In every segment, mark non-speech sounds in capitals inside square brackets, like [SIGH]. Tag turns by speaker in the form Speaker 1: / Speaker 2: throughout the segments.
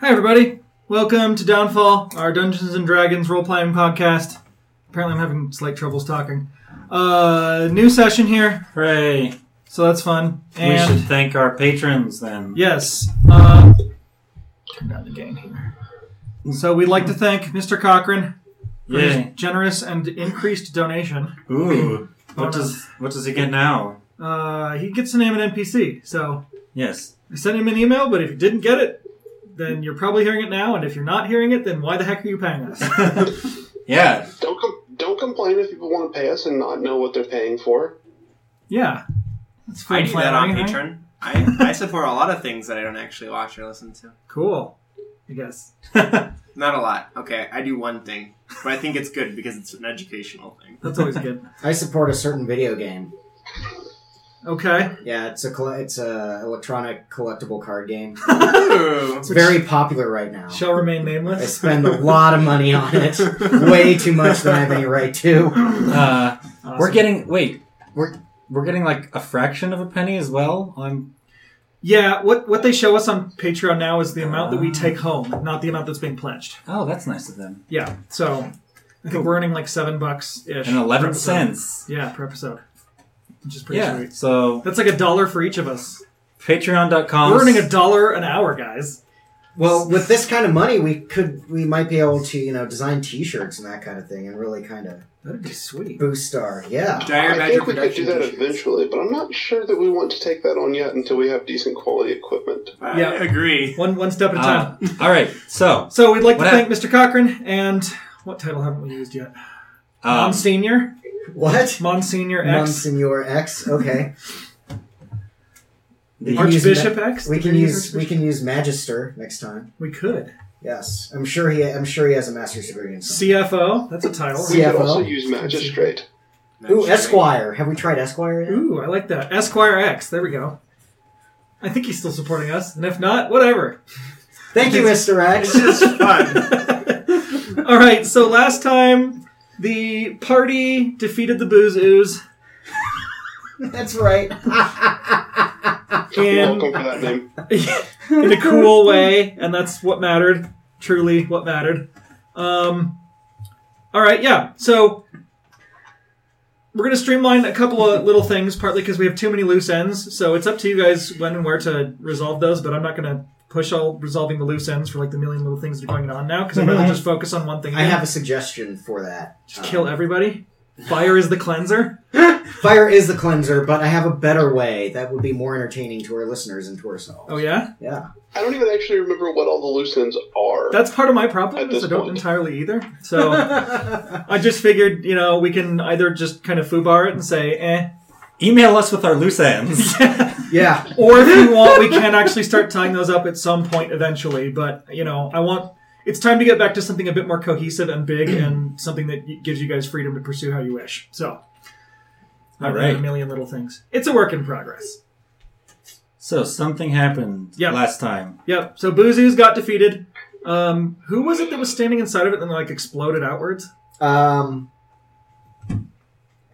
Speaker 1: Hi, everybody. Welcome to Downfall, our Dungeons and Dragons role playing podcast. Apparently, I'm having slight troubles talking. Uh, new session here,
Speaker 2: Hooray!
Speaker 1: so that's fun.
Speaker 2: we
Speaker 1: And
Speaker 2: should thank our patrons then.
Speaker 1: yes, uh, turn down the gain here. So we'd like to thank Mr. Cochran for his
Speaker 2: Yay!
Speaker 1: generous and increased donation.
Speaker 2: Ooh,
Speaker 1: Bonus.
Speaker 2: what does what does he get now?
Speaker 1: Uh, he gets to name an NPC, so
Speaker 2: Yes,
Speaker 1: I sent him an email. But if you didn't get it, then you're probably hearing it now. And if you're not hearing it, then why the heck are you paying us?
Speaker 2: [LAUGHS] yeah,
Speaker 3: Don't com- don't complain if people want to pay us and not know what they're paying for.
Speaker 1: yeah, that's
Speaker 4: I do that on
Speaker 1: flattering, right?
Speaker 4: Patreon. I, I support a lot of things that I don't actually watch or listen to.
Speaker 1: Cool. I guess.
Speaker 2: Uh,
Speaker 4: Not a lot. Okay, I do one thing, but I think it's good because it's an educational thing.
Speaker 1: That's always [LAUGHS] good.
Speaker 5: I support a certain video game.
Speaker 1: Okay.
Speaker 5: Yeah, it's a colle- it's a electronic collectible
Speaker 1: [LAUGHS]
Speaker 5: card game.
Speaker 4: Ooh.
Speaker 5: It's very popular right now.
Speaker 1: Shall remain
Speaker 5: I
Speaker 1: nameless.
Speaker 5: spend a lot of money on
Speaker 1: [LAUGHS]
Speaker 5: it, way too much than I have any right to.
Speaker 2: uh, we're
Speaker 1: Awesome.
Speaker 2: getting wait, we're we're getting like a fraction of a penny as well. I'm
Speaker 1: Yeah, what what they show us on Patreon now is the amount that we
Speaker 2: Ah.
Speaker 1: take home, not the amount that's being pledged.
Speaker 2: oh, that's nice of them.
Speaker 1: Yeah. So I think we're earning like seven bucks ish.
Speaker 2: And eleven cents.
Speaker 1: Yeah, per episode. Which is pretty
Speaker 2: Yeah,
Speaker 1: sweet.
Speaker 2: so
Speaker 1: That's like a dollar for each of us.
Speaker 2: Patreon.com.
Speaker 1: We're earning a dollar an hour, guys.
Speaker 5: Well, with this kind of money, we could we might be able to you know design T-shirts and that kind of thing, and really kind of
Speaker 1: That'd be sweet.
Speaker 5: boost our yeah.
Speaker 4: Dire
Speaker 3: I
Speaker 4: Badger
Speaker 3: think we could do
Speaker 4: Productions.
Speaker 3: that eventually, but I'm not sure that we want to take that on yet until we have decent quality equipment.
Speaker 4: I
Speaker 1: Yeah.
Speaker 4: agree.
Speaker 1: One one step at a time.
Speaker 2: Uh, all right, [LAUGHS] so
Speaker 1: so we'd like to
Speaker 2: what
Speaker 1: thank Mr. Cochran and what title haven't we used yet?
Speaker 2: um,
Speaker 1: Monsignor.
Speaker 5: What?
Speaker 1: Monsignor X.
Speaker 5: Monsignor X. Okay. We can use
Speaker 1: Archbishop
Speaker 5: ma-
Speaker 1: X.
Speaker 5: We
Speaker 1: Did
Speaker 5: can
Speaker 1: we
Speaker 5: use we
Speaker 1: Archbishop?
Speaker 5: can use Magister next time.
Speaker 1: We could.
Speaker 5: Yes, I'm sure he I'm sure he has a master's degree in something.
Speaker 1: CFO. That's a title.
Speaker 3: We could
Speaker 5: CFO?
Speaker 3: also use magistrate.
Speaker 5: Ooh, Esquire. Have we tried Esquire yet?
Speaker 1: Ooh, I like that. Esquire X. There we go. I think he's still supporting us, and if not, whatever.
Speaker 5: Thank you, Mr. X.
Speaker 4: It's just fun.
Speaker 1: All right. So last time, the party defeated the Booze Ooze,
Speaker 5: [LAUGHS]
Speaker 1: [LAUGHS]
Speaker 5: That's right.
Speaker 1: and
Speaker 3: Welcome for that
Speaker 4: uh,
Speaker 3: name.
Speaker 1: [LAUGHS] in a cool way, and that's what mattered. Truly, what mattered. Um, all right, yeah. So we're gonna streamline a couple of little things, partly because we have too many loose ends. So it's up to you guys when and where to resolve those. But I'm not gonna push all resolving the loose ends for like the million little things that are going on now, because I'd rather just focus on one thing.
Speaker 5: I have a suggestion for that. Um,
Speaker 1: just kill everybody. Fire is the cleanser.
Speaker 5: Fire is the cleanser, but I have a better way that would be more entertaining to our listeners and to ourselves.
Speaker 1: Oh yeah,
Speaker 5: Yeah.
Speaker 3: I don't even actually remember what all the loose ends are.
Speaker 1: that's part of my
Speaker 3: At
Speaker 1: problem. Is
Speaker 3: this
Speaker 1: I don't
Speaker 3: point.
Speaker 1: entirely either. So. I just figured, you know, we can either just kind of foobar it and say, eh.
Speaker 2: email us with our loose ends. [LAUGHS]
Speaker 5: yeah.
Speaker 1: Or if you want, we can actually start tying those up at some point eventually. But, you know, I want. It's time to get back to something a bit more cohesive and big and something that y- gives you guys freedom to pursue how you wish. So.
Speaker 2: All
Speaker 1: rather than
Speaker 2: right.
Speaker 1: A million little things. It's a work in progress.
Speaker 2: so something happened
Speaker 1: Yeah.
Speaker 2: last time.
Speaker 1: Yep. So Boozoo's got defeated. Um, who was it that was standing inside of it and like exploded outwards?
Speaker 5: Um,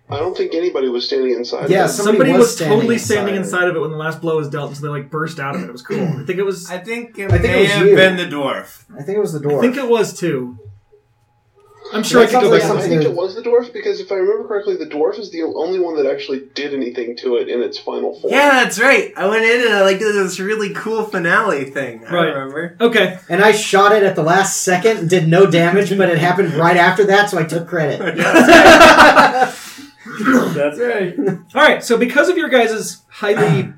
Speaker 3: I don't think anybody was standing inside.
Speaker 5: Yeah,
Speaker 3: this.
Speaker 5: Somebody was
Speaker 1: was
Speaker 5: standing
Speaker 1: totally
Speaker 5: inside
Speaker 1: standing
Speaker 5: of it.
Speaker 1: inside of it when the last blow was dealt, and so they like burst out of it. It was cool. I think it was.
Speaker 4: I think it
Speaker 5: I think it
Speaker 4: may
Speaker 5: was
Speaker 4: have
Speaker 5: you.
Speaker 4: been the dwarf.
Speaker 5: I think it was the door.
Speaker 1: I think it was too. I'm sure I
Speaker 5: That
Speaker 1: could go back.
Speaker 5: sounds like
Speaker 3: Yeah, I
Speaker 5: something
Speaker 1: Something.
Speaker 3: think
Speaker 5: that-
Speaker 3: it was the dwarf because if I remember correctly, the dwarf is the only one that actually did anything to it in its final form.
Speaker 4: Yeah, that's right. I went in and I like did this really cool finale thing. I
Speaker 1: Right.
Speaker 4: remember.
Speaker 1: Okay,
Speaker 5: and I shot it at the last second and did no damage, but it happened right after that, so I took credit.
Speaker 1: [LAUGHS]
Speaker 4: Yeah, that's right. that's right.
Speaker 1: all right. So because of your guys' highly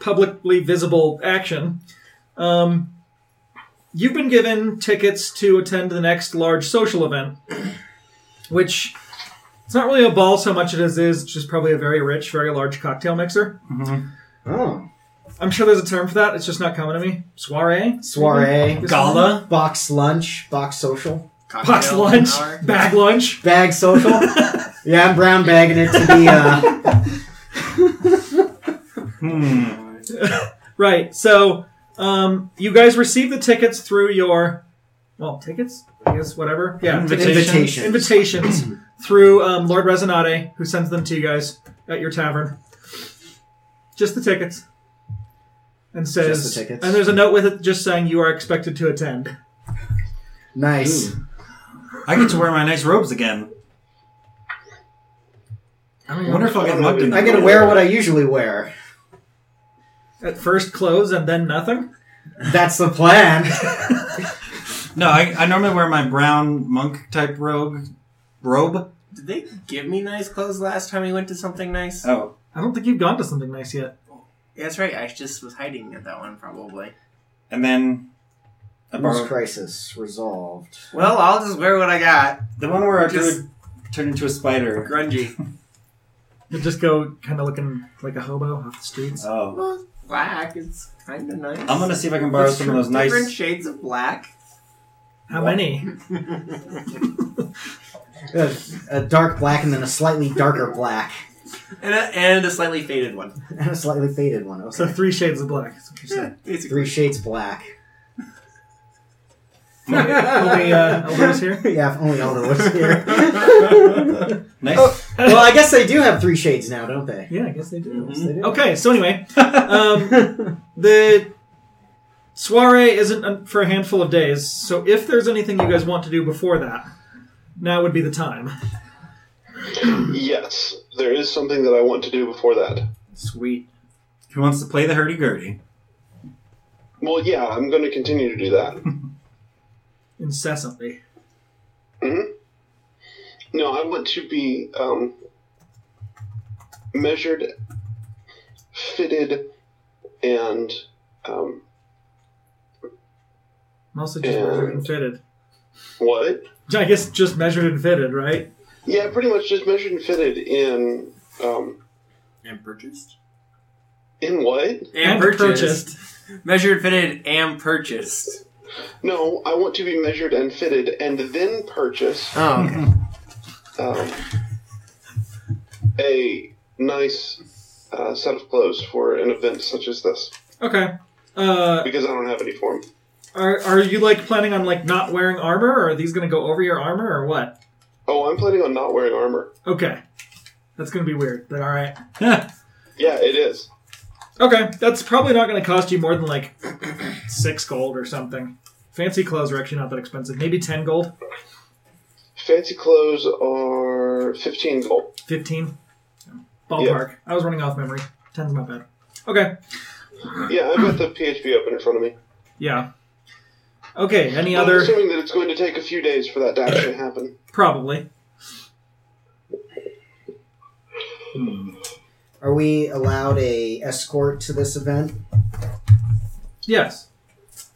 Speaker 1: publicly visible action, um, you've been given tickets to attend the next large social event, which it's not really a ball so much as it is just probably a very rich, very large cocktail mixer.
Speaker 5: Oh.
Speaker 1: I'm sure there's a term for that. It's just not coming to me. Soiree,
Speaker 5: Soiree.
Speaker 2: Gala.
Speaker 5: Box lunch. Box social.
Speaker 1: box
Speaker 4: Cocktail
Speaker 1: lunch,
Speaker 4: hour.
Speaker 1: bag lunch.
Speaker 5: Bag social.
Speaker 1: [LAUGHS]
Speaker 5: yeah, I'm brown bagging it to the. Uh,
Speaker 2: Hmm.
Speaker 1: Right. So, um, you guys receive the tickets through your, well, tickets, I guess, whatever. Yeah,
Speaker 2: Invitation.
Speaker 5: Invitation.
Speaker 1: invitations through um, Lord Resonate, who sends them to you guys at your tavern. Just the tickets. and says,
Speaker 5: Just the tickets.
Speaker 1: and there's a note with it just saying you are expected to attend.
Speaker 5: Nice.
Speaker 2: I get to wear my nice robes again.
Speaker 5: I,
Speaker 2: I wonder if I'll get mugged in the
Speaker 5: I get to
Speaker 2: middle.
Speaker 5: wear what I usually wear.
Speaker 1: At first clothes and then nothing.
Speaker 5: That's
Speaker 2: [LAUGHS]
Speaker 5: the plan.
Speaker 2: No, I, I normally wear my brown monk type robe. Robe?
Speaker 4: Did they give me nice clothes last time we went to something nice?
Speaker 2: Oh.
Speaker 1: I don't think you've gone to something nice yet.
Speaker 4: Yeah, that's right. I just was hiding at that one probably.
Speaker 2: And then I
Speaker 5: Most
Speaker 2: borrow,
Speaker 5: crisis resolved.
Speaker 4: Well, I'll just wear what I got.
Speaker 2: the one where I
Speaker 4: Just-
Speaker 2: druid turned into a spider.
Speaker 4: Grungy.
Speaker 1: You just go kind of looking like a hobo off the streets.
Speaker 2: [LAUGHS] Oh.
Speaker 4: well, it's black. It's kind of nice.
Speaker 2: I'm gonna see if I can borrow
Speaker 4: There's
Speaker 2: some of those nice.
Speaker 4: different shades of black.
Speaker 1: How
Speaker 5: [LAUGHS]
Speaker 1: many?
Speaker 5: A, a dark black and then a slightly darker black. [LAUGHS]
Speaker 4: And a, and a slightly faded one.
Speaker 5: And a slightly faded one.
Speaker 1: So
Speaker 5: Okay.
Speaker 1: three shades of black. is what you're saying.
Speaker 4: Yeah, basically.
Speaker 5: Three shades black. [LAUGHS]
Speaker 1: Only uh, elders here.
Speaker 5: yeah, if only Elder was
Speaker 2: [LAUGHS]
Speaker 5: here.
Speaker 2: Nice.
Speaker 5: well, I guess they do have three shades now, don't they?
Speaker 1: Yeah, I guess they do.
Speaker 5: Yes, they do.
Speaker 1: Okay, so anyway, um, the soiree isn't un- for a handful of days. So if there's anything you guys want to do before that, now would be the time.
Speaker 3: Yes, there is something that I want to do before that.
Speaker 1: Sweet.
Speaker 2: Who wants to play the hurdy gurdy?
Speaker 3: Well, yeah, I'm going to continue to do that.
Speaker 1: Incessantly.
Speaker 3: No, I want to be um, measured, fitted, and um,
Speaker 1: Mostly just measured and fitted.
Speaker 3: what?
Speaker 1: I guess just measured and fitted, right?
Speaker 3: Yeah, pretty much just measured and fitted in um,
Speaker 4: And purchased.
Speaker 3: in what?
Speaker 4: And, purchased. Measured, fitted, and purchased.
Speaker 3: No, I want to be measured and fitted and then purchase
Speaker 4: Oh, okay.
Speaker 3: um, a nice uh, set of clothes for an event such as this
Speaker 1: Okay. Uh,
Speaker 3: because I don't have any form.
Speaker 1: are, are you like planning on like not wearing armor, or are these gonna go over your armor, or what?
Speaker 3: Oh, I'm planning on not wearing armor.
Speaker 1: Okay, that's gonna be weird. But all right.
Speaker 3: Yeah, it is.
Speaker 1: Okay, that's probably not going to cost you more than like six gold or something. Fancy clothes are actually not that expensive. Maybe ten gold,
Speaker 3: Fancy clothes are 15 gold.
Speaker 1: fifteen, ballpark. I was running off memory. Ten's not bad. Okay,
Speaker 3: Yeah, I've got the PHP open in front of me.
Speaker 1: yeah. Okay, any
Speaker 5: Oh,
Speaker 3: I'm
Speaker 1: other?
Speaker 3: assuming that it's going to take a few days for that to actually happen.
Speaker 1: Probably.
Speaker 5: Are we allowed a escort to this event?
Speaker 1: Yes.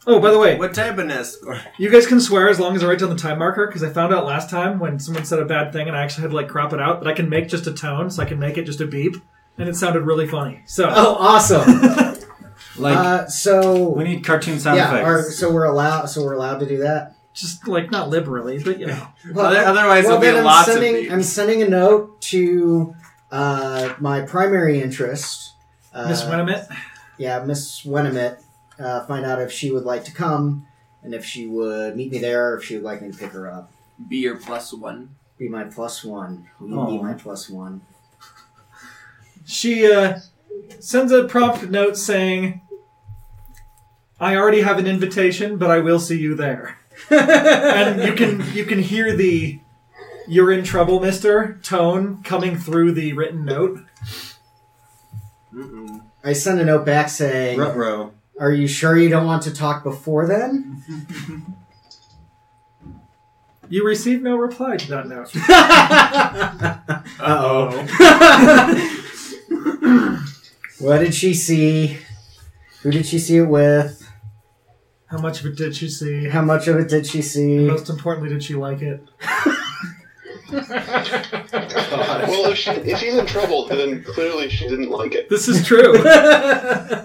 Speaker 1: Oh, by the way,
Speaker 4: What type of escort?
Speaker 1: you guys can swear as long as I write down the time marker because I found out last time when someone said a bad thing and I actually had to like crop it out that I can make just a tone, so I can make it just a beep, and it sounded really funny. So
Speaker 5: Oh, awesome!
Speaker 2: [LAUGHS] [LAUGHS] Like,
Speaker 5: uh, so
Speaker 2: we need cartoon sound
Speaker 5: yeah, are,
Speaker 2: effects.
Speaker 5: so we're allowed. So we're allowed to do that.
Speaker 1: just like not liberally, but you know.
Speaker 4: Other- otherwise there'll
Speaker 5: well,
Speaker 4: be
Speaker 5: then I'm
Speaker 4: lots of
Speaker 5: sending,
Speaker 4: these.
Speaker 5: I'm sending a note to uh, my primary interest, uh,
Speaker 1: Miss Winnemit.
Speaker 5: Yeah, Miss Wennemit. Uh, find out if she would like to come, and if she would meet me there, or if she would like me to pick her up.
Speaker 4: Be your plus one.
Speaker 5: Be my plus one. You be
Speaker 2: Aw.
Speaker 5: my plus one.
Speaker 1: She uh, sends a prompt note saying, "I already have an invitation, but I will see you there." [LAUGHS] and you can you can hear the "You're in trouble, Mister" tone coming through the written note.
Speaker 4: Mm-mm.
Speaker 5: I send a note back saying,
Speaker 2: Ruh-roh.
Speaker 5: "Are you sure you don't want to talk before then?"
Speaker 1: You receive no reply to that note.
Speaker 3: Oh,
Speaker 4: Uh-oh.
Speaker 5: What did she see? Who did she see it with?
Speaker 1: How much of it did she see?
Speaker 5: How much of it did she see?
Speaker 1: Most importantly, did she like it?
Speaker 3: Well, if, she, if she's in trouble, then clearly she didn't like it.
Speaker 1: This is true.
Speaker 3: I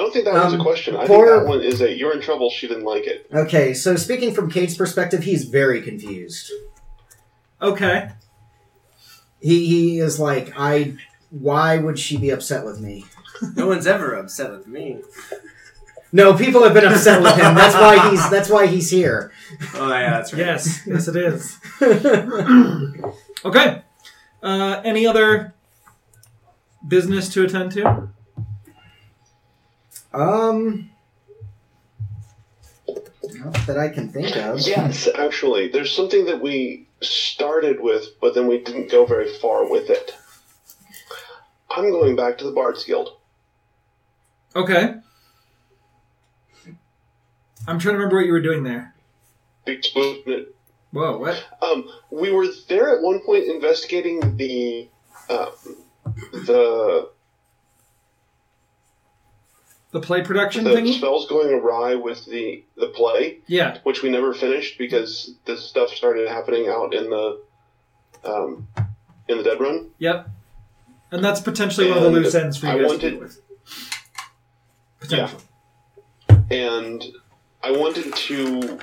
Speaker 3: don't think that was
Speaker 5: Um,
Speaker 3: a question. I think
Speaker 5: poor-
Speaker 3: that one is a you're in trouble, she didn't like it.
Speaker 5: Okay, so speaking from Cade's perspective, he's very confused.
Speaker 1: [LAUGHS] okay.
Speaker 5: He he is like, I. Why would she be upset with me?
Speaker 4: No one's ever upset with me.
Speaker 5: No, people have been upset with him. That's why he's. That's why he's here.
Speaker 4: Oh, yeah, that's right.
Speaker 1: Yes. Yes, it is. Okay. Uh, any other business to attend to?
Speaker 5: Um, not that I can think of.
Speaker 3: Yes, actually, there's something that we started with, but then we didn't go very far with it. I'm going back to the Bards Guild.
Speaker 1: Okay. I'm trying to remember what you were doing there.
Speaker 3: Big spoon in it.
Speaker 1: Whoa, what?
Speaker 3: Um, we were there at one point investigating the um, the
Speaker 1: The play production
Speaker 3: the
Speaker 1: thingy?
Speaker 3: spells going awry with the the play,
Speaker 1: Yeah.
Speaker 3: which we never finished because this stuff started happening out in the um, in the dead run.
Speaker 1: Yep. And that's potentially one of the
Speaker 3: And
Speaker 1: loose ends for you
Speaker 3: I
Speaker 1: guys to
Speaker 3: wanted-
Speaker 1: deal with. Potential.
Speaker 3: and I wanted to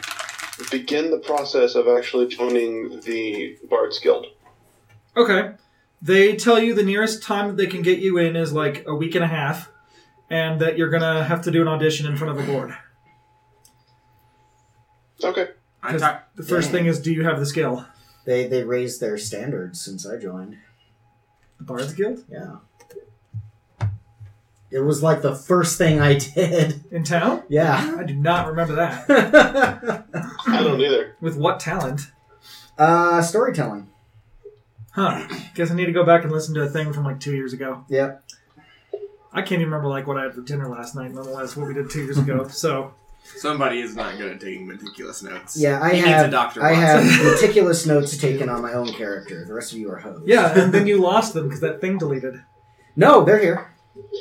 Speaker 3: begin the process of actually joining the Bards Guild.
Speaker 1: Okay. They tell you the nearest time that they can get you in is like a week and a half, and that you're gonna have to do an audition in front of a board.
Speaker 3: Okay,
Speaker 4: I
Speaker 1: 'Cause
Speaker 4: talk-
Speaker 1: the first
Speaker 5: Dang.
Speaker 1: thing is, do you have the skill?
Speaker 5: They they raised their standards since I joined.
Speaker 1: The Bards Guild
Speaker 5: Yeah. It was like the first thing I [LAUGHS] did.
Speaker 1: in town?
Speaker 5: Yeah.
Speaker 1: I do not remember that.
Speaker 5: uh,
Speaker 3: I don't either.
Speaker 1: With what talent?
Speaker 5: Uh, storytelling.
Speaker 1: Huh. Guess I need to go back and listen to a thing from like two years ago.
Speaker 5: Yep.
Speaker 1: I can't even remember like what I had for dinner last night. Nonetheless, what we did two years ago. So
Speaker 4: Somebody is not good at taking meticulous notes.
Speaker 5: Yeah, I
Speaker 4: he
Speaker 5: have.
Speaker 4: needs a doctor.
Speaker 5: I
Speaker 4: Watson. [LAUGHS]
Speaker 5: have meticulous notes taken on my own character. The rest of you are hoes.
Speaker 1: yeah, and then you lost them because that thing deleted.
Speaker 5: No, they're here.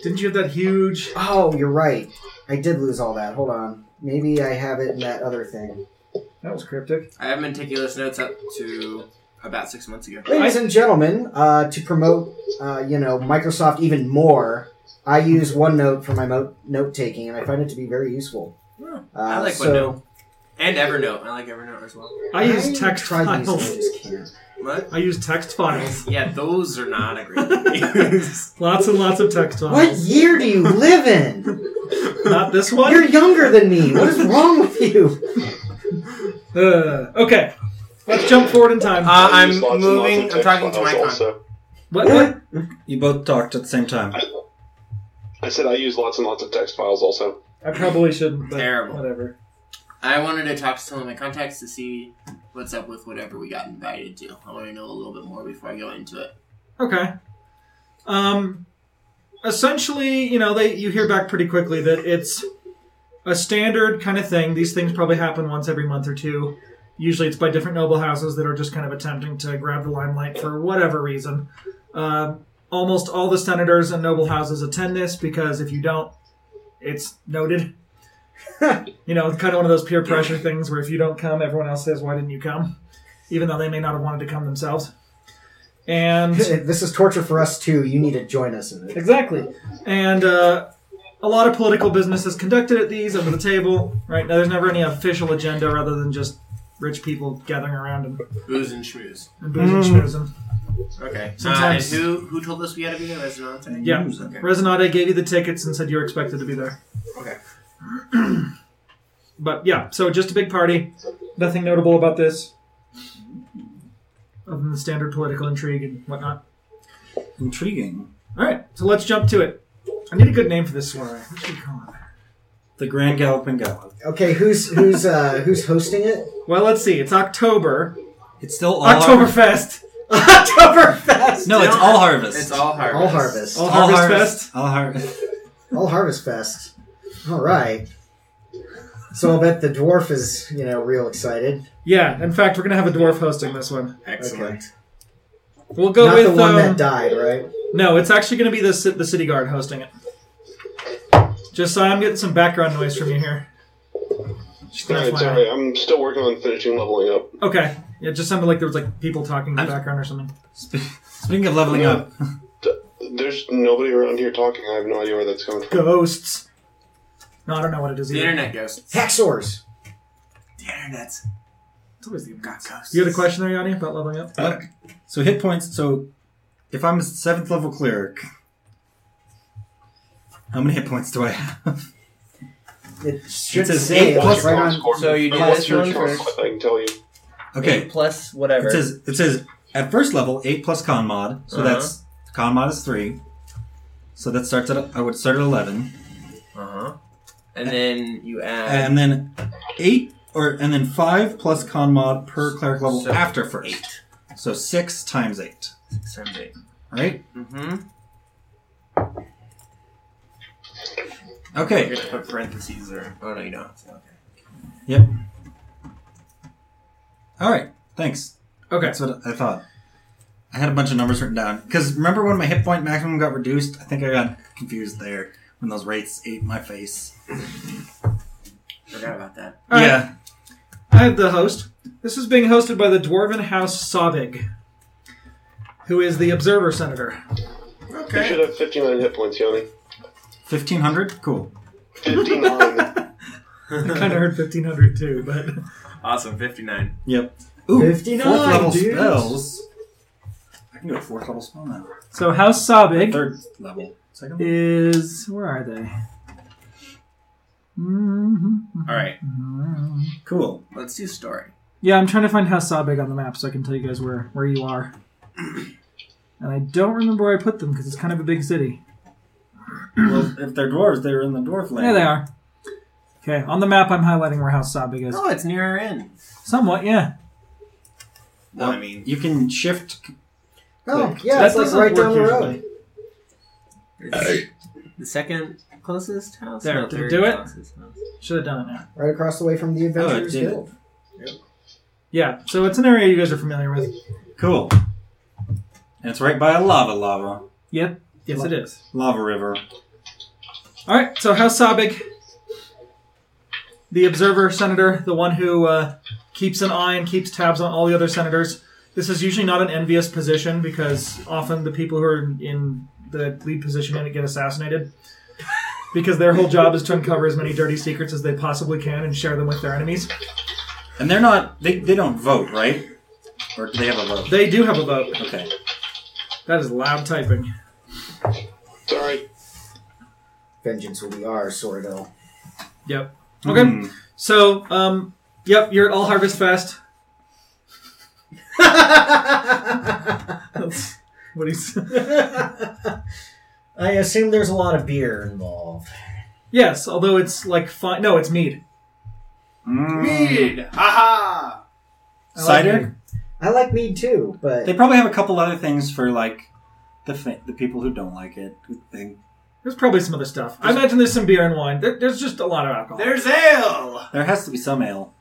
Speaker 1: Didn't you have that huge?
Speaker 5: Oh, you're right. I did lose all that. Hold on. Maybe I have it in that other thing.
Speaker 1: That was cryptic.
Speaker 4: I have meticulous notes up to about six months ago.
Speaker 5: Ladies and gentlemen, uh, to promote, uh, you know, Microsoft even more, I use OneNote for my mo- note taking, and I find it to be very useful.
Speaker 1: Yeah,
Speaker 5: Uh,
Speaker 4: I like
Speaker 5: so
Speaker 4: OneNote. And Evernote. I like Evernote as well.
Speaker 1: I use text
Speaker 5: tried these and I
Speaker 1: files.
Speaker 5: just
Speaker 1: [LAUGHS]
Speaker 5: can't.
Speaker 4: What?
Speaker 1: I use text files.
Speaker 4: Yeah, those are not a [LAUGHS] great use.
Speaker 1: Lots and lots of text
Speaker 5: What
Speaker 1: files.
Speaker 5: year do you live in?
Speaker 1: Not this one.
Speaker 5: You're younger than me. What is wrong with you? [LAUGHS]
Speaker 1: Uh, okay, let's jump forward in time.
Speaker 4: Uh,
Speaker 3: I
Speaker 4: I'm
Speaker 3: use lots and lots of
Speaker 4: moving. I'm
Speaker 3: text
Speaker 4: talking to
Speaker 3: files
Speaker 4: my con.
Speaker 3: also.
Speaker 1: what? what?
Speaker 2: You both talked at the same time.
Speaker 3: I said I use lots and lots of text files also.
Speaker 1: I probably shouldn't. But
Speaker 4: Terrible.
Speaker 1: Whatever.
Speaker 4: I wanted to talk to some of my contacts to see what's up with whatever we got invited to. I want to know a little bit more before I go into it.
Speaker 1: Okay. Um, essentially, you know, they you hear back pretty quickly that it's a standard kind of thing. These things probably happen once every month or two. Usually, it's by different noble houses that are just kind of attempting to grab the limelight for whatever reason. Uh, almost all the senators and noble houses attend this because if you don't, it's noted. you know, it's kind of one of those peer pressure things where if you don't come, everyone else says, "Why didn't you come?" Even though they may not have wanted to come themselves.
Speaker 5: [LAUGHS]
Speaker 1: And
Speaker 5: This is torture for us too. You need to join us in it.
Speaker 1: Exactly. And uh, a lot of political business is conducted at these under the table, right? Now, there's never any official agenda rather than just rich people gathering around and,
Speaker 4: Booze and schmooze.
Speaker 1: and boozing, schmoozing.
Speaker 4: Okay.
Speaker 1: Sometimes-
Speaker 4: Uh, and who who told us we had to be there? That's not saying.
Speaker 1: Yeah.
Speaker 4: Okay.
Speaker 1: Resonade gave you the tickets and said you were expected to be there.
Speaker 4: Okay.
Speaker 1: [CLEARS THROAT] But yeah, so just a big party. Nothing notable about this. Other than the standard political intrigue and whatnot.
Speaker 2: Intriguing.
Speaker 1: All right, so let's jump to it. I need a good name for this soiree. What should we call it?
Speaker 2: The Grand Galloping Gallop.
Speaker 5: Okay, who's who's uh, who's hosting it?
Speaker 1: Well, let's see. It's October.
Speaker 2: It's still all Harvest.
Speaker 1: Oktoberfest.
Speaker 5: Oktoberfest.
Speaker 2: No, it's all harvest.
Speaker 4: It's all harvest.
Speaker 5: All harvest.
Speaker 1: All
Speaker 5: All,
Speaker 1: Harvest
Speaker 2: Fest. All harvest.
Speaker 5: harvest fest. All right. So I'll bet the dwarf is you know real excited.
Speaker 1: Yeah, in fact, we're gonna have a dwarf hosting this one.
Speaker 5: Okay.
Speaker 4: Excellent.
Speaker 1: We'll go
Speaker 5: Not
Speaker 1: with
Speaker 5: the one
Speaker 1: um,
Speaker 5: that died, right?
Speaker 1: no. It's actually gonna be the ci- the city guard hosting it. Just so I'm getting some background noise from you here. Just
Speaker 3: No,
Speaker 1: gonna
Speaker 3: it's
Speaker 1: fly
Speaker 3: alright. I'm still working on finishing leveling up.
Speaker 1: out. Okay. Yeah, it just sounded like there was like people talking in the
Speaker 2: I'm-
Speaker 1: background or something.
Speaker 2: Speaking of leveling up,
Speaker 3: There's nobody around here talking. I have no idea where that's coming from.
Speaker 1: Ghosts. No, I don't know what it is
Speaker 4: The
Speaker 1: either.
Speaker 4: internet ghosts.
Speaker 5: Haxors.
Speaker 4: The internet's
Speaker 1: It's always the internet.
Speaker 4: got ghosts.
Speaker 1: You had a question there, Yanni, about leveling up?
Speaker 2: Look, so hit points. So if I'm a seventh level cleric, how many hit points do I have? [LAUGHS]
Speaker 5: It should
Speaker 2: It's a
Speaker 5: say
Speaker 2: zero.
Speaker 5: like,
Speaker 3: What's
Speaker 5: right
Speaker 3: your
Speaker 5: on.
Speaker 3: score?
Speaker 6: So you do
Speaker 3: What's
Speaker 6: this
Speaker 3: your
Speaker 6: one
Speaker 3: score?
Speaker 6: first.
Speaker 3: I can tell you.
Speaker 2: Okay,
Speaker 6: plus whatever.
Speaker 2: it says it says at first level eight plus con mod. So
Speaker 6: Uh-huh.
Speaker 2: that's con mod is three. So that starts at I would start at eleven.
Speaker 4: Uh huh. And then you add
Speaker 2: and then eight or and then five plus con mod per cleric level
Speaker 4: So-
Speaker 2: after first.
Speaker 4: eight.
Speaker 2: So six times eight,
Speaker 4: Six times eight.
Speaker 2: right?
Speaker 4: Mm-hmm. You're
Speaker 2: Okay.
Speaker 4: gonna put parentheses or oh no, you don't. Okay.
Speaker 2: Yep. All right. Thanks.
Speaker 1: Okay.
Speaker 2: That's what I thought. I had a bunch of numbers written down because remember when my hit point maximum got reduced? I think I got confused there when those rates ate my face.
Speaker 4: Forgot about that.
Speaker 1: All right.
Speaker 2: yeah.
Speaker 1: I have the host. This is being hosted by the Dwarven House Sobig, who is the Observer Senator.
Speaker 3: You should have 59 hit points, Yoni.
Speaker 2: Fifteen hundred. Cool.
Speaker 3: 59.
Speaker 1: I kind of heard 1500 too, [LAUGHS] but.
Speaker 4: Awesome. Fifty nine.
Speaker 2: Yep. Ooh.
Speaker 5: 59,
Speaker 2: Fourth level
Speaker 5: dude.
Speaker 2: spells. I can do a fourth level spell now.
Speaker 1: So House Sobig
Speaker 2: Third level. Second. level?
Speaker 1: is. Where are they? Mhm.
Speaker 4: All right.
Speaker 2: Cool.
Speaker 4: Let's do story.
Speaker 1: Yeah, I'm trying to find House Sobig on the map so I can tell you guys where, where you are. And I don't remember where I put them because it's kind of a big city.
Speaker 2: well, if they're dwarves, they're in the dwarf land.
Speaker 1: There they are. Okay, on the map I'm highlighting where House Sobig is.
Speaker 4: Oh, it's near our end.
Speaker 1: Somewhat, yeah.
Speaker 4: Well, I mean,
Speaker 2: you can shift.
Speaker 5: Oh,
Speaker 2: Click.
Speaker 5: yeah,
Speaker 1: That
Speaker 5: it's like
Speaker 1: doesn't
Speaker 5: right
Speaker 1: work
Speaker 5: down the road.
Speaker 1: usually.
Speaker 4: it's the second closest house.
Speaker 1: There,
Speaker 4: no,
Speaker 1: did it
Speaker 4: third
Speaker 1: do it?
Speaker 4: closest house.
Speaker 1: Should have done it now.
Speaker 5: Right across the way from
Speaker 2: Oh,
Speaker 5: the Adventurers
Speaker 2: did.
Speaker 5: Guild.
Speaker 1: Yeah, so it's an area you guys are familiar with.
Speaker 2: Cool. And it's right by a lava lava
Speaker 1: Yep. Yes, it is.
Speaker 2: lava river.
Speaker 1: All right. So House Sobig, the observer senator, the one who uh, keeps an eye and keeps tabs on all the other senators. This is usually not an envious position because often the people who are in the lead position in it get assassinated because their whole job is to uncover as many dirty secrets as they possibly can and share them with their enemies.
Speaker 2: And they're not. They, they don't vote, right? Or do they have a vote?
Speaker 1: They do have a vote.
Speaker 2: Okay.
Speaker 1: That is loud typing.
Speaker 3: [LAUGHS] Sorry.
Speaker 5: Vengeance will be ours, Sordo.
Speaker 1: Yep. Okay.
Speaker 2: Hmm.
Speaker 1: So, um, yep, you're at All Harvest Fest. That's what he's.
Speaker 5: I assume there's a lot of beer involved.
Speaker 1: Yes, although it's like fine. No, it's mead.
Speaker 2: Mm.
Speaker 4: Haha!
Speaker 1: I like
Speaker 2: Cider.
Speaker 5: I like mead too, but
Speaker 2: they probably have a couple other things for like the fa- the people who don't like it. Thing.
Speaker 1: There's probably some other stuff. I imagine there's some beer and wine. There, there's just a lot of alcohol.
Speaker 4: There's ale!
Speaker 2: There has to be some ale.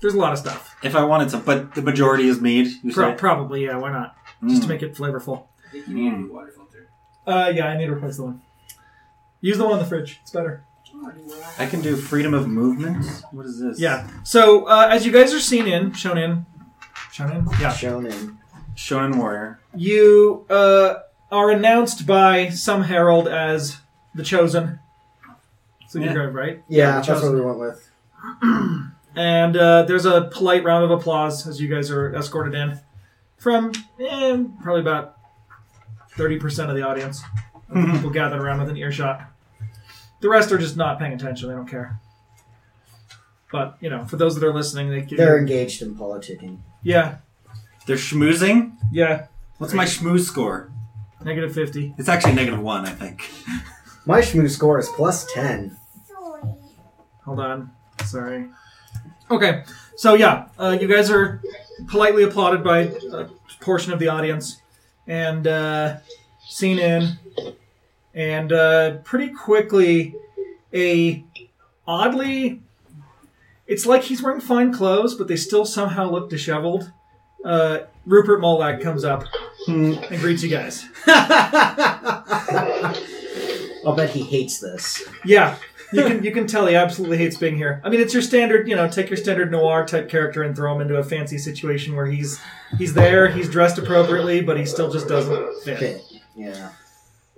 Speaker 1: there's a lot of stuff.
Speaker 2: If I wanted some, but the majority is mead. You
Speaker 1: Pro-
Speaker 2: say?
Speaker 1: probably, yeah. Why not? Just to
Speaker 2: Mm.
Speaker 1: make it flavorful.
Speaker 4: I think you need a new water filter.
Speaker 1: Uh, yeah. I need to replace the one. Use the one in the fridge. It's better.
Speaker 2: I can do freedom of movement. What is this?
Speaker 1: Yeah. So uh, as you guys are seen in shown in, shown in. Yeah.
Speaker 5: shonen.
Speaker 2: Shonen
Speaker 1: [LAUGHS]
Speaker 2: warrior.
Speaker 1: you uh, are announced by some herald as the chosen. So
Speaker 2: Yeah.
Speaker 1: you're good, right?
Speaker 5: Yeah,
Speaker 1: the
Speaker 5: that's
Speaker 1: chosen.
Speaker 5: what we went with.
Speaker 1: And uh, there's a polite round of applause as you guys are escorted in from eh, probably about 30% of the audience. of
Speaker 2: Hmm.
Speaker 1: people gathered around within earshot. The rest are just not paying attention. They don't care. But, you know, for those that are listening, they can.
Speaker 5: They're engaged in politicking.
Speaker 1: yeah,
Speaker 2: They're schmoozing.
Speaker 1: yeah.
Speaker 2: What's my schmooze score?
Speaker 1: Negative 50.
Speaker 2: It's actually negative one, I think.
Speaker 5: My shmoo score is plus ten.
Speaker 1: Hold on. Sorry. Okay. So yeah, uh, you guys are politely applauded by a portion of the audience and uh, seen in, and uh, pretty quickly, a oddly, it's like he's wearing fine clothes, but they still somehow look disheveled. Uh, Rupert Molag comes up and greets you guys.
Speaker 5: I'll bet he hates this.
Speaker 1: Yeah, you can you can tell he absolutely hates being here. I mean, it's your standard, you know, take your standard noir type character and throw him into a fancy situation where he's he's there, he's dressed appropriately, but he still just doesn't fit,
Speaker 5: Fit. Yeah.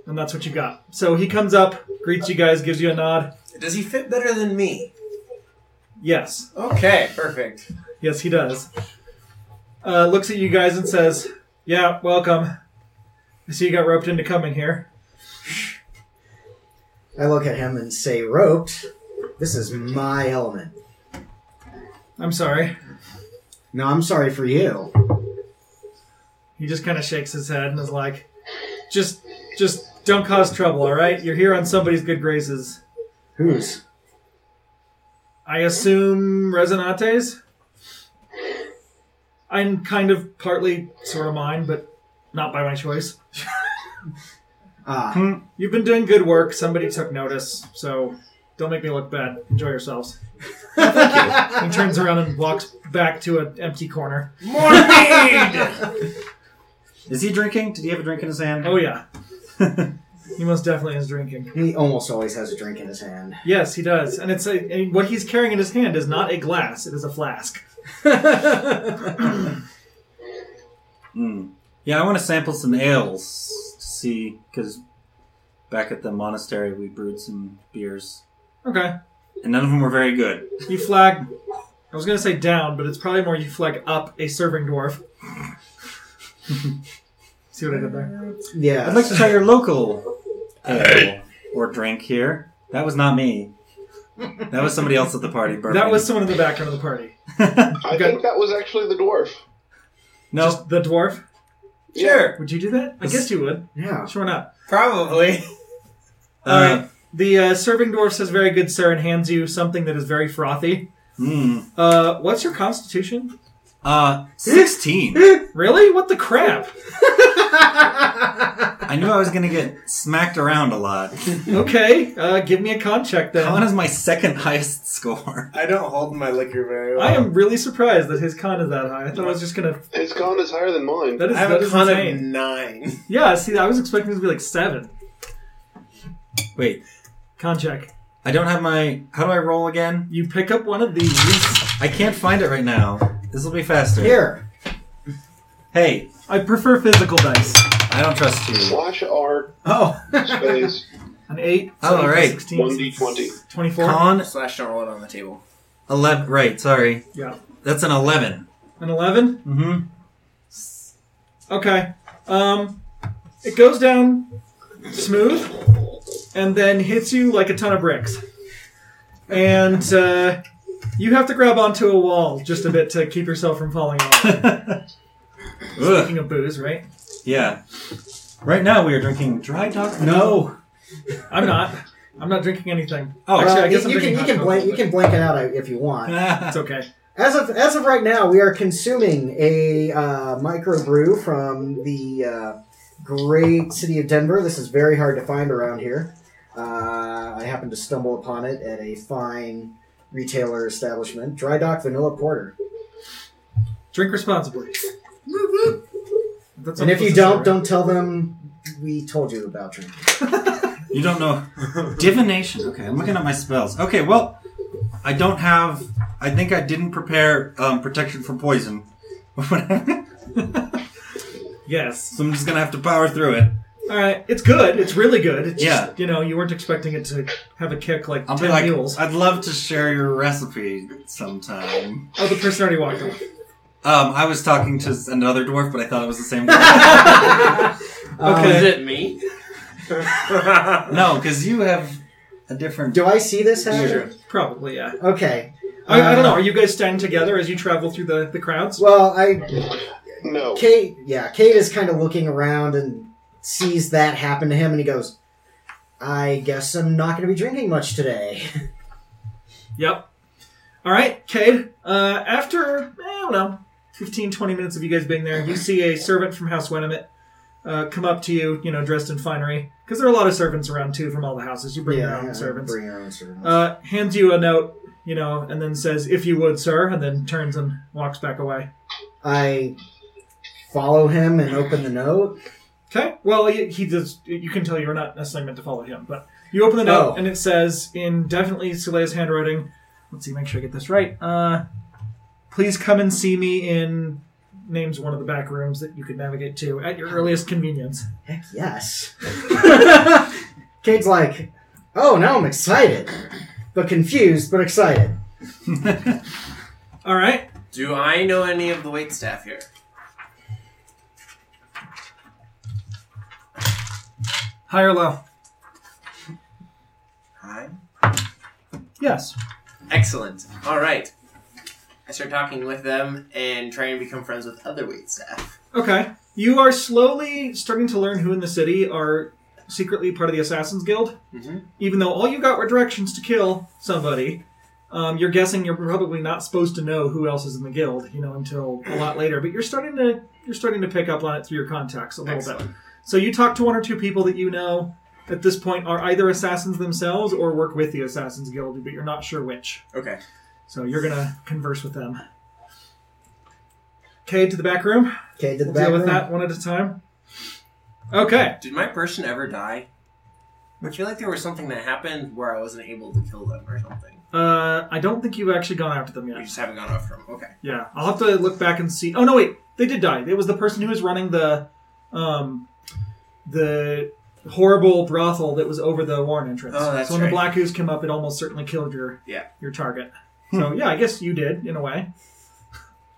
Speaker 1: and that's what you got. So he comes up, greets you guys, gives you a nod.
Speaker 4: Does he fit better than me?
Speaker 1: Yes,
Speaker 4: Okay, perfect.
Speaker 1: yes, he does. Uh, looks at you guys and says, "Yeah, welcome. I see you got roped into coming here."
Speaker 5: I look at him and say, "Roped. This is my element."
Speaker 1: I'm sorry.
Speaker 5: No, I'm sorry for you.
Speaker 1: He just kind of shakes his head and is like, "Just, just Don't cause trouble, all right? You're here on somebody's good graces.
Speaker 5: Who's?
Speaker 1: I assume Resonantes? I'm kind of partly sort of mine, but not by my choice.
Speaker 5: Ah,
Speaker 2: Hmm.
Speaker 1: You've been doing good work. Somebody took notice, so don't make me look bad. Enjoy yourselves. [LAUGHS] he turns around and walks back to an empty corner.
Speaker 4: Morning!
Speaker 2: Is he drinking? Did he have a drink in his hand?
Speaker 1: Oh, yeah. he most definitely is drinking.
Speaker 5: he almost always has a drink in his hand.
Speaker 1: Yes, he does. And it's a, and what he's carrying in his hand is not a glass, it is a flask.
Speaker 2: Mm. [LAUGHS] Yeah, I want to sample some ales to see because back at the monastery we brewed some beers
Speaker 1: Okay.
Speaker 2: and none of them were very good.
Speaker 1: You flag. I was going to say down, but it's probably more you flag up a serving dwarf. [LAUGHS] See what I did there?
Speaker 5: Yeah.
Speaker 2: I'd like to try your local ale or drink here. That was not me. That was somebody else at the party. Burping.
Speaker 1: That was someone in the background of the party.
Speaker 3: I think that was actually the dwarf.
Speaker 2: [LAUGHS] no.
Speaker 1: Just the dwarf?
Speaker 3: Sure.
Speaker 1: Would you do that? I guess you would.
Speaker 5: yeah.
Speaker 1: Sure not.
Speaker 6: Probably.
Speaker 2: All
Speaker 1: Uh,
Speaker 2: right.
Speaker 1: The uh, serving dwarf says, "Very good, sir," and hands you something that is very frothy.
Speaker 2: Hmm.
Speaker 1: Uh, what's your constitution?
Speaker 2: Uh, sixteen.
Speaker 1: Really? What
Speaker 6: [LAUGHS]
Speaker 1: the crap?
Speaker 2: I knew I was gonna get smacked around
Speaker 1: [LAUGHS]
Speaker 2: a lot.
Speaker 1: Okay, uh, give me a con check then.
Speaker 2: Con is my second highest score.
Speaker 6: I don't hold my liquor very well.
Speaker 1: I am really surprised that his con is that high. I thought I was just gonna.
Speaker 3: His con is higher than mine.
Speaker 1: That is,
Speaker 6: I have
Speaker 1: that
Speaker 6: a
Speaker 1: is
Speaker 6: con of
Speaker 1: insane.
Speaker 4: [LAUGHS]
Speaker 6: nine.
Speaker 1: Yeah, see, I was expecting it to be like seven.
Speaker 2: Wait,
Speaker 1: Con check.
Speaker 2: I don't have my. How do I roll again?
Speaker 1: You pick up one of these.
Speaker 2: I can't find it right now. This will be faster.
Speaker 5: Here.
Speaker 2: Hey,
Speaker 1: I prefer physical dice.
Speaker 2: I don't trust you.
Speaker 3: Slash R
Speaker 5: Oh.
Speaker 3: space
Speaker 1: An eight.
Speaker 2: Oh, all right.
Speaker 3: one d twenty.
Speaker 1: Twenty-four.
Speaker 2: Con
Speaker 6: Slash don't roll it on the table.
Speaker 2: eleven. Right, sorry.
Speaker 1: Yeah.
Speaker 2: That's an eleven. [LAUGHS]
Speaker 1: An eleven.
Speaker 2: Mm-hmm.
Speaker 1: Okay. Um, it goes down smooth, and then hits you like a ton of bricks. And uh, you have to grab onto a wall just a bit to keep yourself from falling off.
Speaker 2: Ugh.
Speaker 1: Speaking of booze, right?
Speaker 2: Yeah. Right now we are drinking dry dog.
Speaker 5: No.
Speaker 1: I'm not. I'm not drinking anything.
Speaker 2: Oh.
Speaker 1: Actually,
Speaker 5: Well,
Speaker 1: I guess
Speaker 5: you,
Speaker 1: I'm
Speaker 5: you can
Speaker 1: drinking
Speaker 5: you can
Speaker 1: hot
Speaker 5: blank
Speaker 1: chocolate.
Speaker 5: you can blank it out uh, if you want.
Speaker 2: [LAUGHS]
Speaker 1: It's okay.
Speaker 5: As of as of right now, we are consuming a uh, microbrew from the uh, great city of Denver. This is very hard to find around here. Uh, I happened to stumble upon it at a fine retailer establishment. Dry Dock Vanilla Porter.
Speaker 1: Drink responsibly. That's
Speaker 5: and if you
Speaker 1: unsolicited,
Speaker 5: don't,
Speaker 1: right?
Speaker 5: don't tell them we told you about drinking.
Speaker 2: You don't know divination. Okay, I'm looking at my spells. Okay, well, I don't have. I think I didn't prepare um, protection from poison, [LAUGHS] so
Speaker 1: Yes.
Speaker 2: I'm just gonna have to power through it.
Speaker 1: All right. It's good. It's really good. It's
Speaker 2: Yeah.
Speaker 1: just, you know, you weren't expecting it to have a kick like
Speaker 2: I'll be
Speaker 1: ten
Speaker 2: like,
Speaker 1: mules.
Speaker 2: I'd love to share your recipe sometime.
Speaker 1: Oh, the person already walked off.
Speaker 2: Um, I was talking to another dwarf, but I thought it was the same.
Speaker 1: [LAUGHS]
Speaker 2: dwarf.
Speaker 4: Is
Speaker 6: Um,
Speaker 5: Um,
Speaker 1: Okay.
Speaker 4: it me?
Speaker 2: no, because you have a different.
Speaker 5: Do I see this happen?
Speaker 2: Sure.
Speaker 1: Probably, yeah.
Speaker 5: Okay.
Speaker 1: I, I don't know.
Speaker 5: Uh,
Speaker 1: Are you guys standing together as you travel through the, the crowds?
Speaker 5: Well, I
Speaker 3: No.
Speaker 5: Kate, yeah, Kate is kind of looking around and sees that happen to him, and he goes, "I guess I'm not going to be drinking much today."
Speaker 1: Yep. All right, Cade. Uh, after, eh, I don't know, 15, 20 minutes of you guys being there, you see a servant from House Wenimit uh, come up to you, you know, dressed in finery. Because there are a lot of servants around, too, from all the houses. You [LAUGHS] bring your own servants.
Speaker 5: Bring your own servants.
Speaker 1: Uh, hands you a note, you know, and then says, if you would, sir, and then turns and walks back away.
Speaker 5: I follow him and open the note.
Speaker 1: Okay. Well, he, he does. You can tell you're not necessarily meant to follow him, but you open the note
Speaker 5: Oh.
Speaker 1: and it says in definitely Soleil's handwriting. Let's see, make sure I get this right. Uh, please come and see me in names one of the back rooms that you can navigate to at your earliest convenience. [LAUGHS]
Speaker 5: Heck yes. Kate's like, "Oh, now I'm excited, but confused, but excited."
Speaker 2: [LAUGHS]
Speaker 1: All right.
Speaker 4: Do I know any of the wait staff here?
Speaker 1: High or low?
Speaker 4: Hi.
Speaker 1: Yes.
Speaker 4: Excellent. All right. I start talking with them and trying to become friends with other wait staff.
Speaker 1: Okay. You are slowly starting to learn who in the city are secretly part of the Assassin's Guild.
Speaker 4: Mhm.
Speaker 1: Even though all you got were directions to kill somebody, um, you're guessing you're probably not supposed to know who else is in the guild, you know, until a lot later. But you're starting to you're starting to pick up on it through your contacts a little bit. So you talk to one or two people that you know at this point are either assassins themselves or work with the Assassin's Guild, but you're not sure which.
Speaker 6: Okay.
Speaker 1: So you're gonna converse with them. Okay, to the back room.
Speaker 5: Okay, to the
Speaker 1: We'll
Speaker 5: back
Speaker 1: deal with
Speaker 5: room.
Speaker 1: that one at a time. Okay.
Speaker 4: Did my person ever die? I feel like there was something that happened where I wasn't able to kill them or something.
Speaker 1: Uh, I don't think you've actually gone after them
Speaker 4: We
Speaker 1: yet.
Speaker 4: just haven't gone after them. Okay.
Speaker 1: Yeah, I'll have to look back and see. Oh no, wait, they did die. It was the person who was running the, um, the horrible brothel that was over the Warren entrance.
Speaker 4: Oh, that's
Speaker 1: so when the
Speaker 4: right.
Speaker 1: Black Ooze came up, it almost certainly killed your
Speaker 4: Yeah.
Speaker 1: your target.
Speaker 4: [LAUGHS]
Speaker 1: So yeah, I guess you did in a way,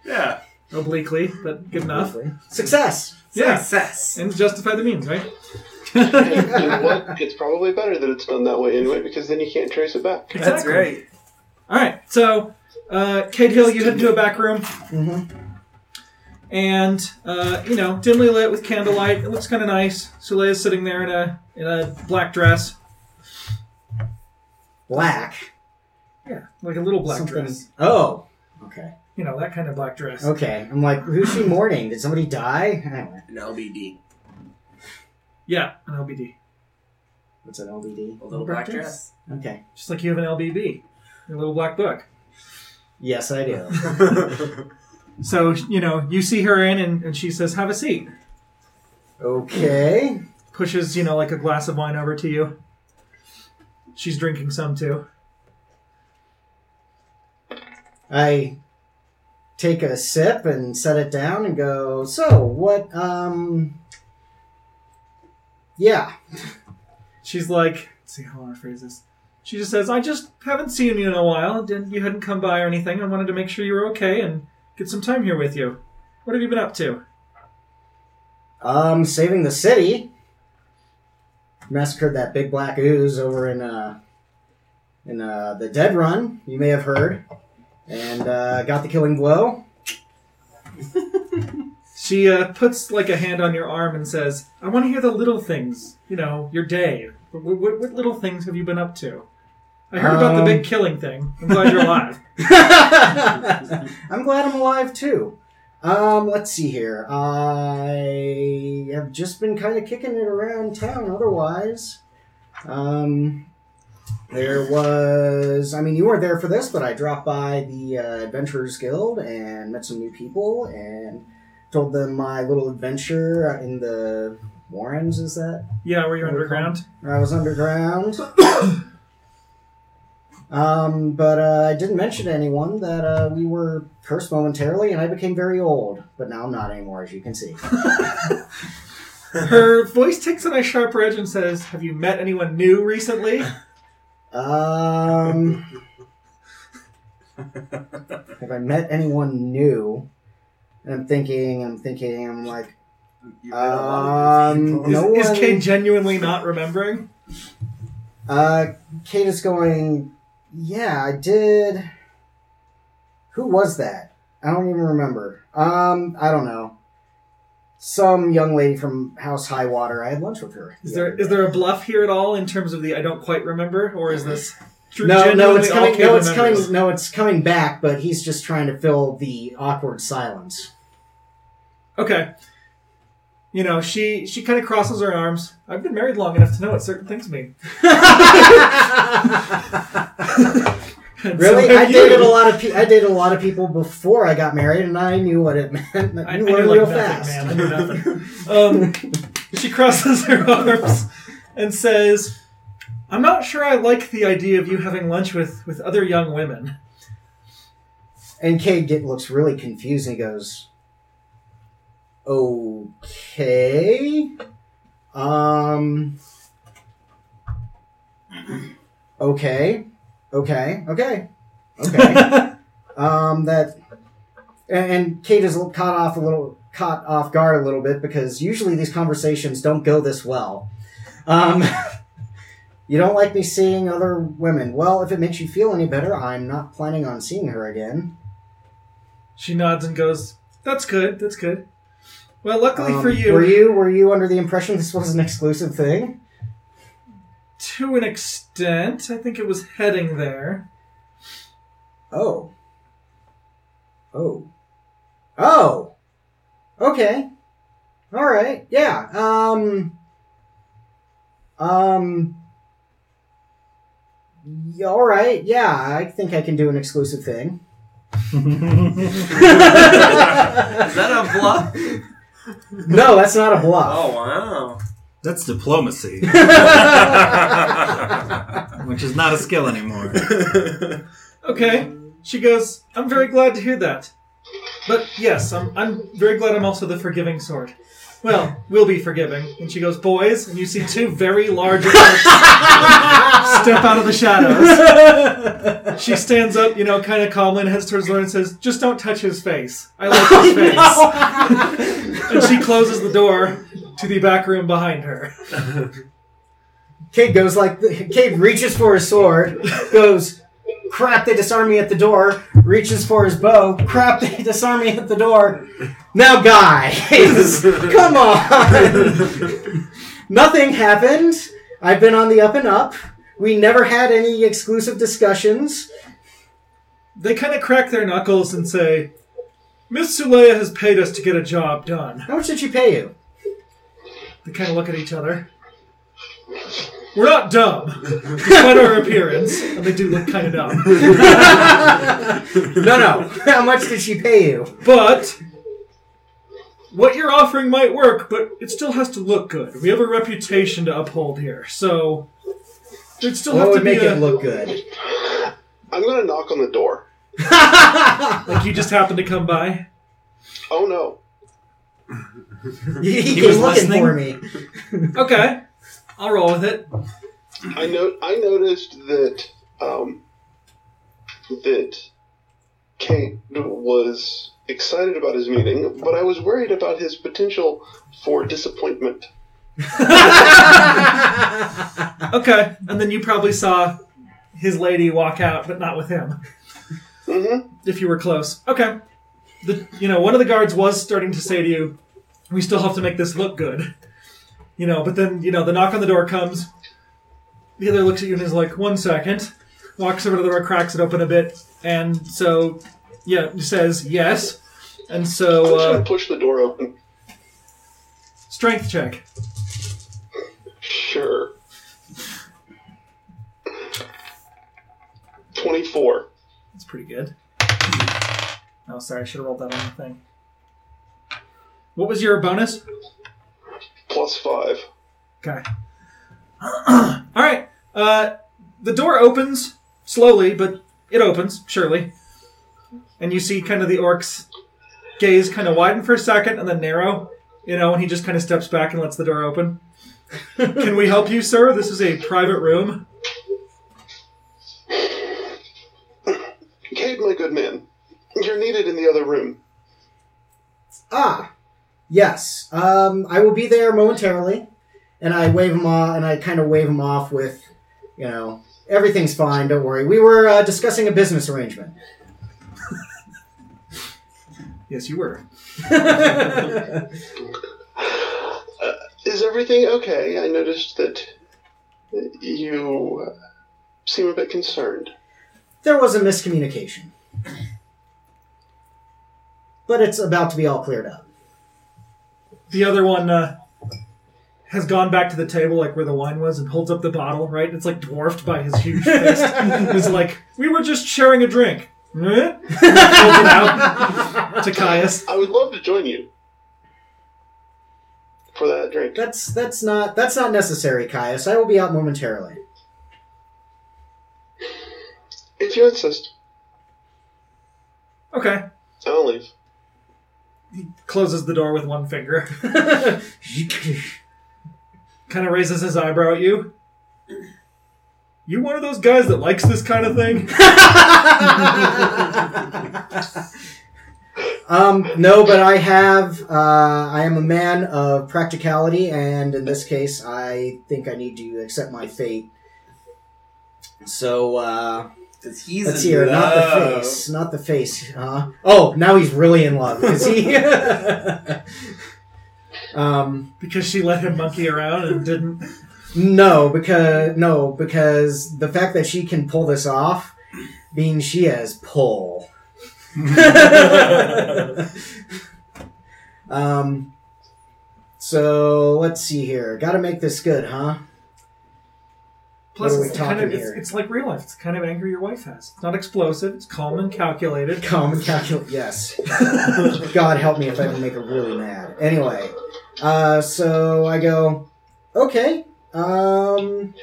Speaker 4: Yeah.
Speaker 1: obliquely, but good enough.
Speaker 5: Success.
Speaker 1: Yeah,
Speaker 4: Success.
Speaker 1: and justify the means, right?
Speaker 3: And you know what? It's probably better that it's done that way anyway, because then you can't trace it back.
Speaker 6: That's
Speaker 1: Exactly.
Speaker 6: great.
Speaker 1: All right, so uh, Cade Hill, you head into a back room,
Speaker 5: Mm-hmm.
Speaker 1: and uh, you know, dimly lit with candlelight. It looks kind of nice. Soleil is sitting there in a in a black dress,
Speaker 5: Black.
Speaker 1: yeah, like a little black
Speaker 5: Something-
Speaker 1: dress.
Speaker 5: Oh. Okay.
Speaker 1: You know, that kind of black dress.
Speaker 5: Okay. I'm like, who's she mourning? Did somebody die? Anyway,
Speaker 4: An LBD.
Speaker 1: Yeah, an LBD,
Speaker 5: what's an LBD?
Speaker 4: A little black dress.
Speaker 5: Okay.
Speaker 1: just like you have an LBB, your little black book.
Speaker 5: Yes, I do.
Speaker 1: So you know, you see her in, and, and she says, "Have a seat."
Speaker 5: Okay.
Speaker 1: Pushes you know like a glass of wine over to you. She's drinking some too.
Speaker 5: I take a sip and set it down and go, so what um Yeah.
Speaker 1: She's like, let's see how I want to phrase this. She just says, I just haven't seen you in a while. Didn't, you hadn't come by or anything. I wanted to make sure you were okay and get some time here with you. What have you been up to?
Speaker 5: Um saving the city. Massacred that big black ooze over in uh in uh the dead run, you may have heard. And uh got the killing blow.
Speaker 1: She uh, puts like a hand on your arm and says, I want to hear the little things, you know, your day. What, what, what little things have you been up to? I heard about the
Speaker 5: Um.
Speaker 1: big killing thing. I'm glad you're alive.
Speaker 5: [LAUGHS] I'm glad I'm alive too. Um, let's see here. I have just been kind of kicking it around town. Otherwise, um, there was. I mean, you weren't there for this, but I dropped by the uh, Adventurers Guild and met some new people and told them my little adventure in the Warrens. Is that?
Speaker 1: Yeah, were you underground?
Speaker 5: I was underground. [COUGHS] um, but uh, I didn't mention to anyone that uh, we were cursed momentarily, and I became very old. But now I'm not anymore, as you can see.
Speaker 1: Her voice takes on a sharper edge and says, Have you met anyone new recently?
Speaker 6: [LAUGHS]
Speaker 5: Um, have I met anyone new? And I'm thinking, I'm thinking, I'm like,
Speaker 6: You met a lot of
Speaker 5: um,
Speaker 6: people.
Speaker 5: no
Speaker 1: is,
Speaker 5: one.
Speaker 1: is Kate genuinely not remembering?
Speaker 5: Uh, Kate is going, yeah, I did. Who was that? I don't even remember. Um, I don't know. Some young lady from House High Water. I had lunch with her.
Speaker 1: Is
Speaker 5: the
Speaker 1: there
Speaker 5: other
Speaker 1: is
Speaker 5: day.
Speaker 1: there a bluff here at all in terms of the I don't quite remember, or is this true?
Speaker 5: No, no,
Speaker 1: genuinely
Speaker 5: it's
Speaker 1: all
Speaker 5: coming.
Speaker 1: Kate
Speaker 5: No, it's
Speaker 1: remembers?
Speaker 5: coming. No, it's coming back. But he's just trying to fill the awkward silence.
Speaker 1: Okay. You know, she she kind of crosses her arms. I've been married long enough to know what certain things
Speaker 5: [LAUGHS]
Speaker 1: mean. And [LAUGHS] so
Speaker 5: Really,
Speaker 1: have
Speaker 5: I
Speaker 1: you.
Speaker 5: dated a lot of. Pe- I dated a lot of people before I got married, and I knew what it [LAUGHS] meant. I
Speaker 1: I, I
Speaker 5: knew
Speaker 1: knew
Speaker 5: it
Speaker 1: like
Speaker 5: real
Speaker 1: nothing,
Speaker 5: fast.
Speaker 1: man. I knew nothing. Um, she crosses her arms and says, "I'm not sure I like the idea of you having lunch with with other young women."
Speaker 5: And Cade get, looks really confused and he goes, Okay. Um. Okay. Okay. Okay. Okay. um, that. And, and Kate is caught off a little, caught off guard a little bit because usually these conversations don't go this well. Um, [LAUGHS] you don't like me seeing other women. Well, if it makes you feel any better, I'm not planning on seeing her again.
Speaker 1: She nods and goes, "That's good. That's good." Well, luckily for
Speaker 5: Um,
Speaker 1: you,
Speaker 5: Were you were you under the impression this was an exclusive thing?
Speaker 1: to an extent. I think it was heading there.
Speaker 5: Oh. Oh. Oh. Okay. All right. Yeah. Um. Um. y- All right. Yeah. I think I can do an exclusive thing. [LAUGHS]
Speaker 7: Uh,
Speaker 4: Is that a
Speaker 7: [LAUGHS]
Speaker 4: bluff?
Speaker 5: no, that's not a bluff.
Speaker 4: oh wow.
Speaker 2: That's diplomacy, [LAUGHS] which is not a skill anymore.
Speaker 1: Okay. She goes, I'm very glad to hear that. But yes, I'm, I'm very glad I'm also the forgiving sort. Well, we'll be forgiving. And she goes, Boys, and you see two very large [LAUGHS] orcs step out of the shadows. She stands up, you know, kind of calmly and heads towards Lauren and says, Just don't touch his face. I like his
Speaker 5: [LAUGHS]
Speaker 1: face. and she closes the door to the back room behind her.
Speaker 5: Cade goes like Cade reaches for his sword, goes, crap, they disarm me at the door, reaches for his bow, crap, they [LAUGHS] disarm me at the door. Now guys, [LAUGHS] come on. Nothing happened. I've been on the up and up. We never had any exclusive discussions.
Speaker 1: They kind of crack their knuckles and say, Miss Sulea has paid us to get a job done.
Speaker 5: How much did she pay you?
Speaker 1: They kind of look at each other. We're not dumb, despite our appearance. And they do look kind of dumb.
Speaker 5: No, no. [LAUGHS] How much did she pay you?
Speaker 1: But what you're offering might work, but it still has to look good. We have a reputation to uphold here, so it'd still
Speaker 5: What
Speaker 1: have to
Speaker 5: would
Speaker 1: be
Speaker 5: make
Speaker 1: a,
Speaker 5: it look good?
Speaker 3: I'm gonna knock on the door.
Speaker 1: like you just happened to come by.
Speaker 3: Oh no.
Speaker 5: He,
Speaker 2: He
Speaker 5: was
Speaker 2: was
Speaker 5: looking
Speaker 2: listening?
Speaker 5: for me.
Speaker 1: Okay, I'll roll with it.
Speaker 3: I know. I noticed that um, that Kate was excited about his meeting, but I was worried about his potential for disappointment.
Speaker 1: Okay, and then you probably saw his lady walk out, but not with him.
Speaker 3: hmm
Speaker 1: if you were close. Okay. The, you know, one of the guards was starting to say to you, "We still have to make this look good." You know, but then you know the knock on the door comes. The other looks at you and is like, "One second. Walks over to the door, cracks it open a bit, and so yeah, says yes. And
Speaker 3: I'm
Speaker 1: so
Speaker 3: just gonna
Speaker 1: uh,
Speaker 3: push the door open.
Speaker 1: strength check.
Speaker 3: Sure. Twenty-four.
Speaker 1: That's pretty good. Oh, sorry, I should have rolled that on the thing. What was your bonus?
Speaker 3: Plus five.
Speaker 1: Okay. [CLEARS THROAT] All right. Uh, the door opens slowly, but it opens surely, and you see kind of the orc's gaze kind of widen for a second and then narrow. You know, and he just kind of steps back and lets the door open. Can we help you, sir? This is a private room.
Speaker 3: Kate, my good man, you're needed in the other room.
Speaker 5: Ah, yes. Um, I will be there momentarily, and I wave him off, and I kind of wave him off with, you know, everything's fine. Don't worry. We were uh, discussing a business arrangement.
Speaker 1: Yes, you were.
Speaker 3: Is everything okay? I noticed that you uh, seem a bit concerned.
Speaker 5: There was a miscommunication, but it's about to be all cleared up.
Speaker 1: The other one uh, has gone back to the table, like where the wine was, and holds up the bottle. Right, it's like dwarfed by his huge fist. it's like we were just sharing a drink. [LAUGHS] Eh? And he holds it out to Caius.
Speaker 3: I would love to join you for that drink.
Speaker 5: That's that's not that's not necessary, Caius. I will be out momentarily.
Speaker 3: If you insist,
Speaker 1: Okay.
Speaker 3: I'll leave.
Speaker 1: Closes the door with one finger. [LAUGHS] kind of raises his eyebrow at you. You one of those guys that likes this kind of thing? [LAUGHS]
Speaker 5: Um, no, but I have. Uh, I am a man of practicality, and in this case, I think I need to accept my fate. So uh,
Speaker 4: Because he's
Speaker 5: let's
Speaker 4: in
Speaker 5: hear. Not the
Speaker 4: love.
Speaker 5: face. Not the face. Huh? Oh, now he's really in love. Is he? [LAUGHS] um,
Speaker 1: Because she let him monkey around and didn't.
Speaker 5: No, because no, because the fact that she can pull this off means she has pull. um, so let's see here. Got to make this good, huh? [LAUGHS]
Speaker 1: Plus,
Speaker 5: What are we
Speaker 1: it's kind
Speaker 5: talking
Speaker 1: of it's,
Speaker 5: here?
Speaker 1: it's like real life. It's the kind of anger your wife has. It's not explosive. It's calm and calculated.
Speaker 5: Calm and calculate. Yes. God help me if I ever make her really mad. Anyway, uh, so I go, okay. Um,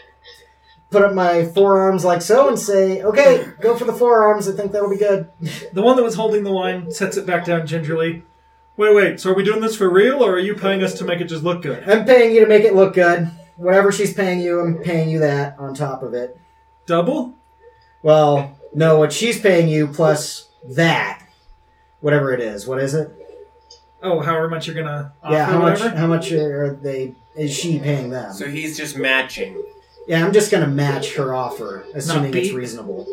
Speaker 5: put up my forearms like so and say, okay, go for the forearms. I think that'll be good.
Speaker 1: The one that was holding the wine sets it back down gingerly. Wait, wait. So are we doing this for real, or are you paying us to make it just look good?
Speaker 5: I'm paying you to make it look good. Whatever she's paying you, I'm paying you that on top of it.
Speaker 1: Double?
Speaker 5: Well, no, what she's paying you plus that. Whatever it is. What is it?
Speaker 1: Oh, however much you're gonna offer,
Speaker 5: yeah, how much
Speaker 1: whatever.
Speaker 5: how much are they is she paying them?
Speaker 7: So he's just matching.
Speaker 5: Yeah, I'm just gonna match her offer, assuming it's
Speaker 1: beat.
Speaker 5: reasonable.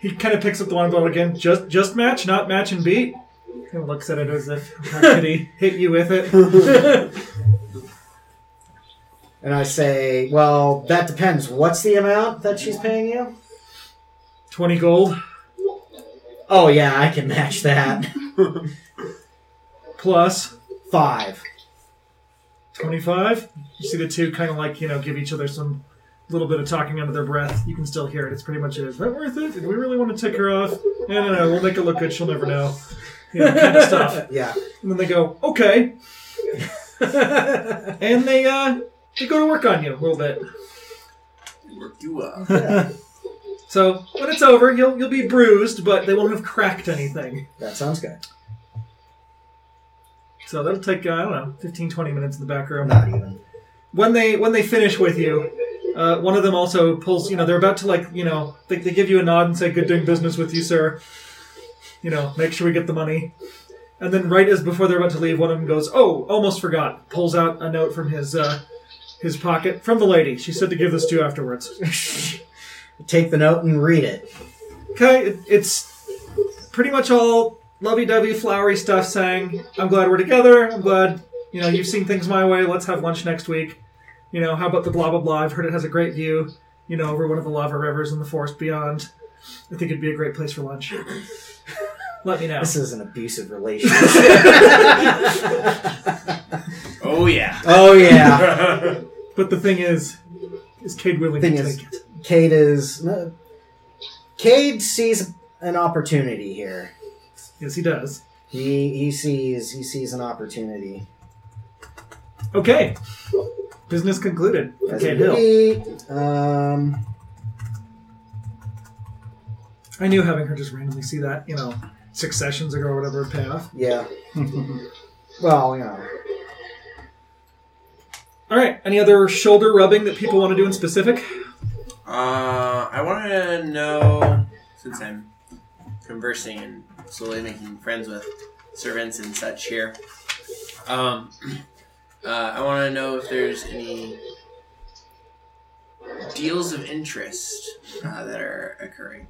Speaker 1: He kind of picks up the wine bottle again. Just, just match, not match and beat. Kind of looks at it as if [LAUGHS] how could he hit you with
Speaker 5: [LAUGHS]
Speaker 1: it?
Speaker 5: And I say, well, that depends. What's the amount that she's paying you?
Speaker 1: Twenty gold
Speaker 5: Oh yeah, I can match that. [LAUGHS]
Speaker 1: plus
Speaker 5: Five.
Speaker 1: twenty-five. You see the two kind of like you know give each other some little bit of talking under their breath. You can still hear it. It's pretty much it. Is that worth it? Did we really want to tick her off? No, no, no. We'll make it look good. She'll never know. You know, kind of stuff.
Speaker 5: Yeah.
Speaker 1: And then they go, okay. and they uh, they go to work on you a little bit.
Speaker 4: Work you up.
Speaker 1: So when it's over, you'll you'll be bruised, but they won't have cracked anything.
Speaker 5: That sounds good.
Speaker 1: So that'll take uh, I don't know 15, 20 minutes in the back room.
Speaker 5: Not even.
Speaker 1: When they when they finish with you, uh, one of them also pulls. You know they're about to like you know they, they give you a nod and say good doing business with you, sir. You know make sure we get the money. And then right as before they're about to leave, one of them goes, oh almost forgot. Pulls out a note from his uh, his pocket from the lady. She said to give this to you afterwards.
Speaker 5: Take the note and read it.
Speaker 1: Okay, it, it's pretty much all lovey-dovey, flowery stuff saying, I'm glad we're together, I'm glad, you know, you've seen things my way, let's have lunch next week. You know, how about the blah blah blah, I've heard it has a great view, you know, over one of the lava rivers and the forest beyond. I think it'd be a great place for lunch. [LAUGHS] Let me know.
Speaker 5: This is an
Speaker 1: [LAUGHS]
Speaker 5: abusive relationship.
Speaker 7: Oh yeah.
Speaker 5: oh [LAUGHS] yeah.
Speaker 1: But the thing is, is Cade willing
Speaker 5: Thing
Speaker 1: to
Speaker 5: is-
Speaker 1: take it?
Speaker 5: Cade is. No, Cade sees an opportunity here.
Speaker 1: Yes, he does.
Speaker 5: He he sees he sees an opportunity.
Speaker 1: Okay. Business concluded.
Speaker 5: As
Speaker 1: Okay,
Speaker 5: it
Speaker 1: Hill.
Speaker 5: would be, um,
Speaker 1: I knew having her just randomly see that, you know, six sessions ago or whatever would pay off.
Speaker 5: [LAUGHS] yeah. well, you know.
Speaker 1: All right. Any other shoulder rubbing that people want to do in specific?
Speaker 7: [LAUGHS] Uh, I want to know since I'm conversing and slowly making friends with servants and such here. Um, [CLEARS THROAT] uh, I want to know if there's any
Speaker 4: Deals of interest uh, that are occurring.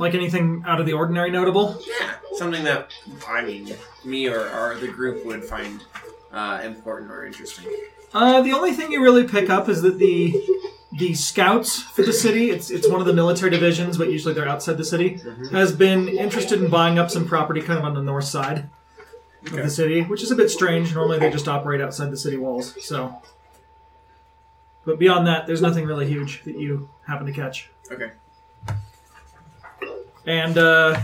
Speaker 1: Like anything out of the ordinary notable?
Speaker 7: yeah something that I mean me or, or the group would find uh, important or interesting.
Speaker 1: Uh, the only thing you really pick up is that the the scouts for the city, it's it's one of the military divisions, but usually they're outside the city, has been interested in buying up some property kind of on the north side of
Speaker 7: Okay.
Speaker 1: the city, which is a bit strange. Normally they just operate outside the city walls. So, but beyond that, there's nothing really huge that you happen to catch.
Speaker 7: Okay.
Speaker 1: And uh,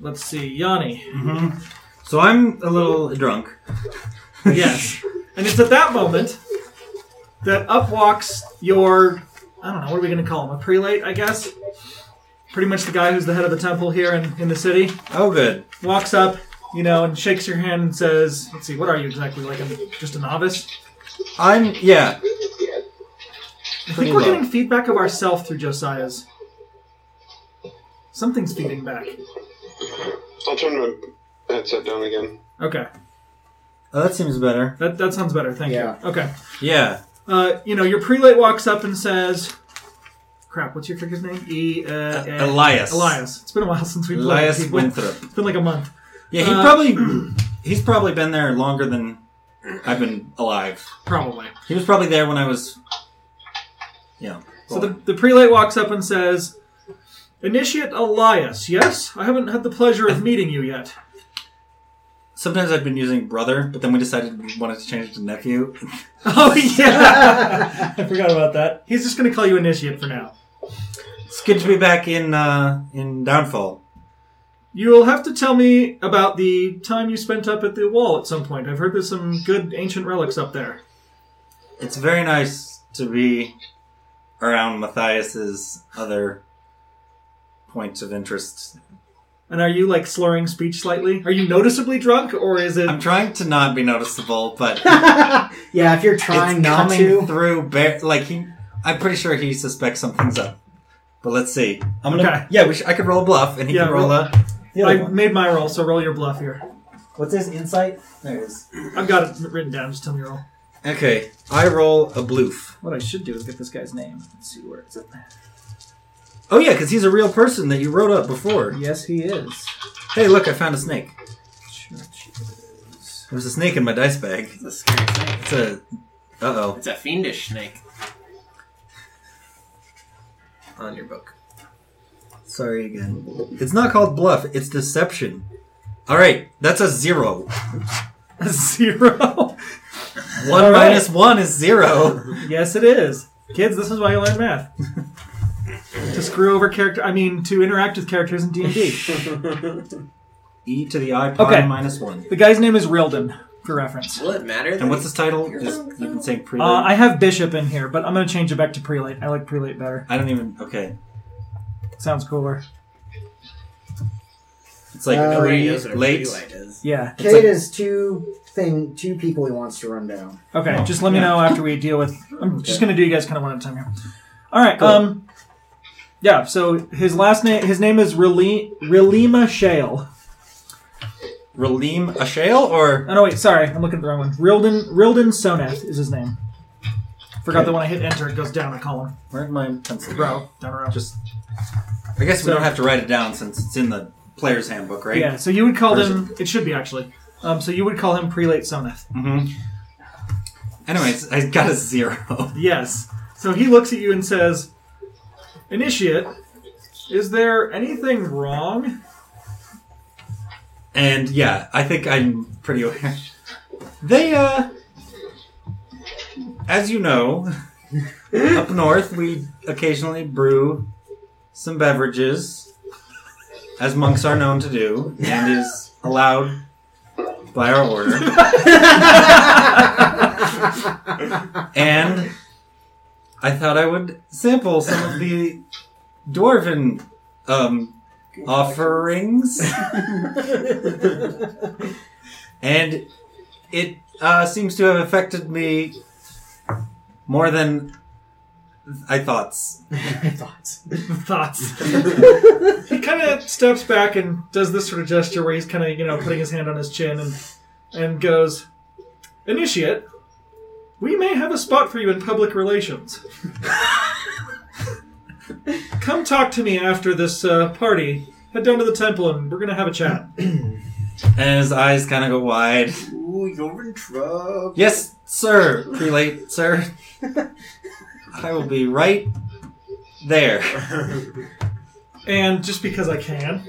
Speaker 1: let's see, Yanni.
Speaker 2: So I'm a little drunk.
Speaker 1: Yes. And it's at that moment that up walks your, I don't know, what are we going to call him? A prelate, I guess? Pretty much the guy who's the head of the temple here in, in the city.
Speaker 2: Oh, good.
Speaker 1: Walks up, you know, and shakes your hand and says, let's see, what are you exactly? Like, I'm just a novice?
Speaker 2: I'm yeah.
Speaker 1: I
Speaker 2: Pretty
Speaker 1: think we're
Speaker 2: low.
Speaker 1: getting feedback of ourself through Josiah's. Something's feeding back.
Speaker 3: I'll turn my headset down again.
Speaker 1: Okay,
Speaker 2: Oh, that seems better.
Speaker 1: that, that sounds better. Thank
Speaker 5: Yeah.
Speaker 1: you. Okay.
Speaker 2: Yeah.
Speaker 1: Uh, you know, your prelate walks up and says, crap, what's your figure's name? E, uh, eh,
Speaker 2: Elias.
Speaker 1: Elias. It's been a while [LAUGHS] since we've played.
Speaker 2: Elias
Speaker 1: People-
Speaker 2: Winthrop.
Speaker 1: It's been like a month.
Speaker 2: [CLEARS THROAT] Yeah, he
Speaker 1: Uh,
Speaker 2: probably he's probably been there longer than I've been alive.
Speaker 1: Probably.
Speaker 2: He was probably there when I was. Yeah.
Speaker 1: So the, the prelate walks up and says, Initiate Elias, yes? I haven't had the pleasure of meeting you yet. [LAUGHS]
Speaker 2: Sometimes I've been using brother, but then we decided we wanted to change it to nephew.
Speaker 1: Oh, yeah! [LAUGHS] I forgot about that. He's just going to call you Initiate for now.
Speaker 2: It's good to be back in uh, in Downfall.
Speaker 1: You'll have to tell me about the time you spent up at the wall at some point. I've heard there's some good ancient relics up there.
Speaker 2: It's very nice to be around Matthias's other points of interest.
Speaker 1: And are you like slurring speech slightly? Are you noticeably drunk, or is it?
Speaker 2: I'm trying to not be noticeable,
Speaker 1: [LAUGHS]
Speaker 2: but
Speaker 5: yeah, if you're trying
Speaker 2: it's
Speaker 5: not
Speaker 2: coming
Speaker 5: to.
Speaker 2: through. Bare, like he, I'm pretty sure he suspects something's up. But let's see. I'm gonna.
Speaker 1: Okay.
Speaker 2: Yeah, we should, I could roll a bluff, and he
Speaker 1: Yeah,
Speaker 2: can roll
Speaker 1: roll-
Speaker 2: a.
Speaker 6: The other
Speaker 1: I
Speaker 6: one.
Speaker 1: made my roll, so roll your bluff here.
Speaker 6: What's his insight? There it is.
Speaker 1: I've got it written down. Just tell me your roll.
Speaker 2: Okay, I roll a bloof.
Speaker 6: What I should do is get this guy's name. Let's see where it's at.
Speaker 2: Oh yeah, because he's a real person that you wrote up before.
Speaker 6: Yes, he is.
Speaker 2: Hey, look, I found a snake.
Speaker 6: Churches.
Speaker 2: There was a snake in my dice bag.
Speaker 4: It's a scary snake.
Speaker 2: It's a. Uh oh.
Speaker 4: It's a fiendish snake.
Speaker 7: on your book.
Speaker 2: Sorry again. It's not called bluff. It's deception. All right, that's
Speaker 1: [LAUGHS]
Speaker 2: a zero.
Speaker 1: A [LAUGHS] zero.
Speaker 2: One
Speaker 1: All right.
Speaker 2: minus one is zero.
Speaker 1: yes, it is. Kids, this is why you learn math. to screw over character. I mean, to interact with characters in D and D.
Speaker 2: E to the i
Speaker 1: Okay.
Speaker 2: minus one.
Speaker 1: The guy's name is Rilden, for reference.
Speaker 7: Will it matter?
Speaker 2: And what's his title? Is, you've been saying
Speaker 1: Uh,
Speaker 2: prelate.
Speaker 1: I have Bishop in here, but I'm going to change it back to Prelate. I like Prelate better.
Speaker 2: I don't even. Okay,
Speaker 1: Sounds cooler.
Speaker 2: it's like
Speaker 5: Uh,
Speaker 2: elite,
Speaker 7: Nobody knows what a
Speaker 2: late.
Speaker 7: Freelight is.
Speaker 1: Yeah.
Speaker 2: It's
Speaker 5: Kate
Speaker 2: like-
Speaker 5: is two thing two people he wants to run [LAUGHS] down.
Speaker 1: Okay,
Speaker 6: Oh,
Speaker 1: just let me know after we deal with. I'm just going to do you guys kind of one at a time here. All right. Um. Yeah. So his last name, his name is Rele- Relema Shale.
Speaker 2: Relim Ashale or
Speaker 1: Oh no, wait. Sorry, I'm looking at the wrong one. Rilden Rilden Soneth is his name. Forgot that when I hit enter, it goes down a column.
Speaker 2: where'd my pencil go?
Speaker 1: Row down a row.
Speaker 2: Just. I guess we
Speaker 1: So-
Speaker 2: don't have to write it down since it's in the player's handbook, right?
Speaker 1: yeah. So you would call him. It should be actually. Um. So you would call him Prelate Soneth.
Speaker 2: Mm-hmm. Anyways, I got a zero.
Speaker 1: Yes. So he looks at you and says, "Initiate, is there anything wrong?"
Speaker 2: And yeah, I think I'm pretty aware. They, uh. As you know, [LAUGHS] up north we occasionally brew some beverages, as monks are known to do, and is allowed by our order. and I thought I would sample some of the dwarven um, offerings. [LAUGHS] and it uh, seems to have affected me more than I thought.
Speaker 5: Thoughts?
Speaker 1: [LAUGHS] thoughts. he kind of steps back and does this sort of gesture where he's kind of, you know, putting his hand on his chin and and goes, "Initiate, we may have a spot for you in public relations. Come talk to me after this uh, party. Head down to the temple and we're gonna have a chat."
Speaker 2: And his eyes kind of go wide.
Speaker 7: Ooh, you're in trouble.
Speaker 2: Yes, sir. Prelate, sir. I will be right there.
Speaker 1: And just because I can,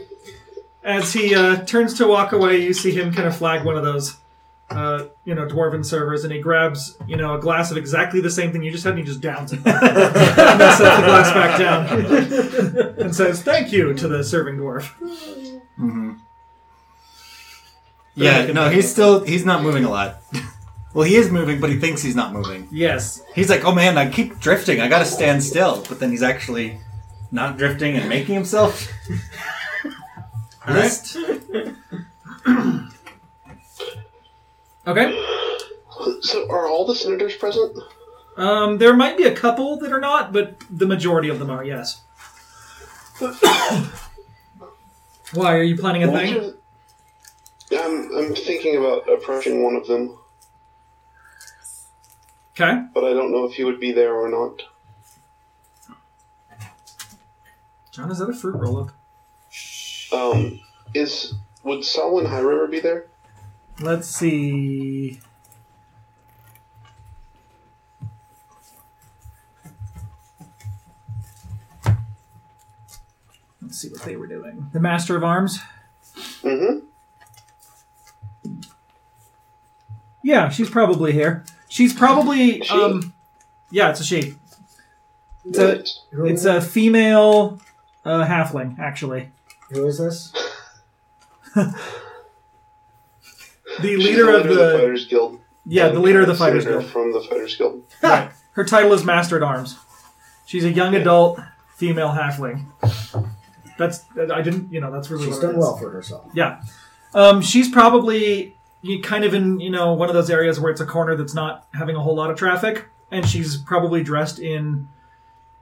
Speaker 1: as he uh, turns to walk away, you see him kind of flag one of those, uh, you know, dwarven servers, and he grabs, you know, a glass of exactly the same thing you just had, and he just downs it. and then sets the glass back down and says, "Thank you" to the serving dwarf.
Speaker 2: Yeah, no, he's still he's not moving a lot. well, he is moving, but he thinks he's not moving.
Speaker 1: Yes,
Speaker 2: He's like, "Oh man, I keep drifting. I got to stand still." But then he's actually not drifting and making himself. List.
Speaker 1: Okay.
Speaker 3: So, are all the senators present?
Speaker 1: Um, there might be a couple that are not, but the majority of them are. Yes. Why are you planning a
Speaker 3: Which
Speaker 1: thing?
Speaker 3: of- I'm, I'm thinking about approaching one of them,
Speaker 1: Okay.
Speaker 3: but I don't know if he would be there or not.
Speaker 1: John, is that a fruit roll up?
Speaker 3: Um, is would Solon High River be there?
Speaker 1: Let's see.
Speaker 6: see what they were doing.
Speaker 1: The Master of Arms.
Speaker 3: Mm-hmm.
Speaker 1: Yeah, she's probably here. She's probably.
Speaker 3: She?
Speaker 1: Um, yeah, it's a she. It's a,
Speaker 3: Right.
Speaker 5: Who,
Speaker 1: it's a female uh, halfling, actually.
Speaker 5: who is this?
Speaker 1: The
Speaker 3: She's
Speaker 1: leader of the.
Speaker 3: Fighters Guild.
Speaker 1: Yeah, the
Speaker 3: I'm
Speaker 1: leader of the Fighters
Speaker 3: considered her
Speaker 1: Guild.
Speaker 3: From the Fighters Guild.
Speaker 1: Right. [LAUGHS] Her title is Master at Arms. She's a young adult female halfling. That's. I didn't. You know, that's really
Speaker 5: She's
Speaker 1: what it
Speaker 5: done
Speaker 1: is.
Speaker 5: well for herself.
Speaker 1: Yeah. Um, she's probably you kind of in, you know, one of those areas where it's a corner that's not having a whole lot of traffic, and she's probably dressed in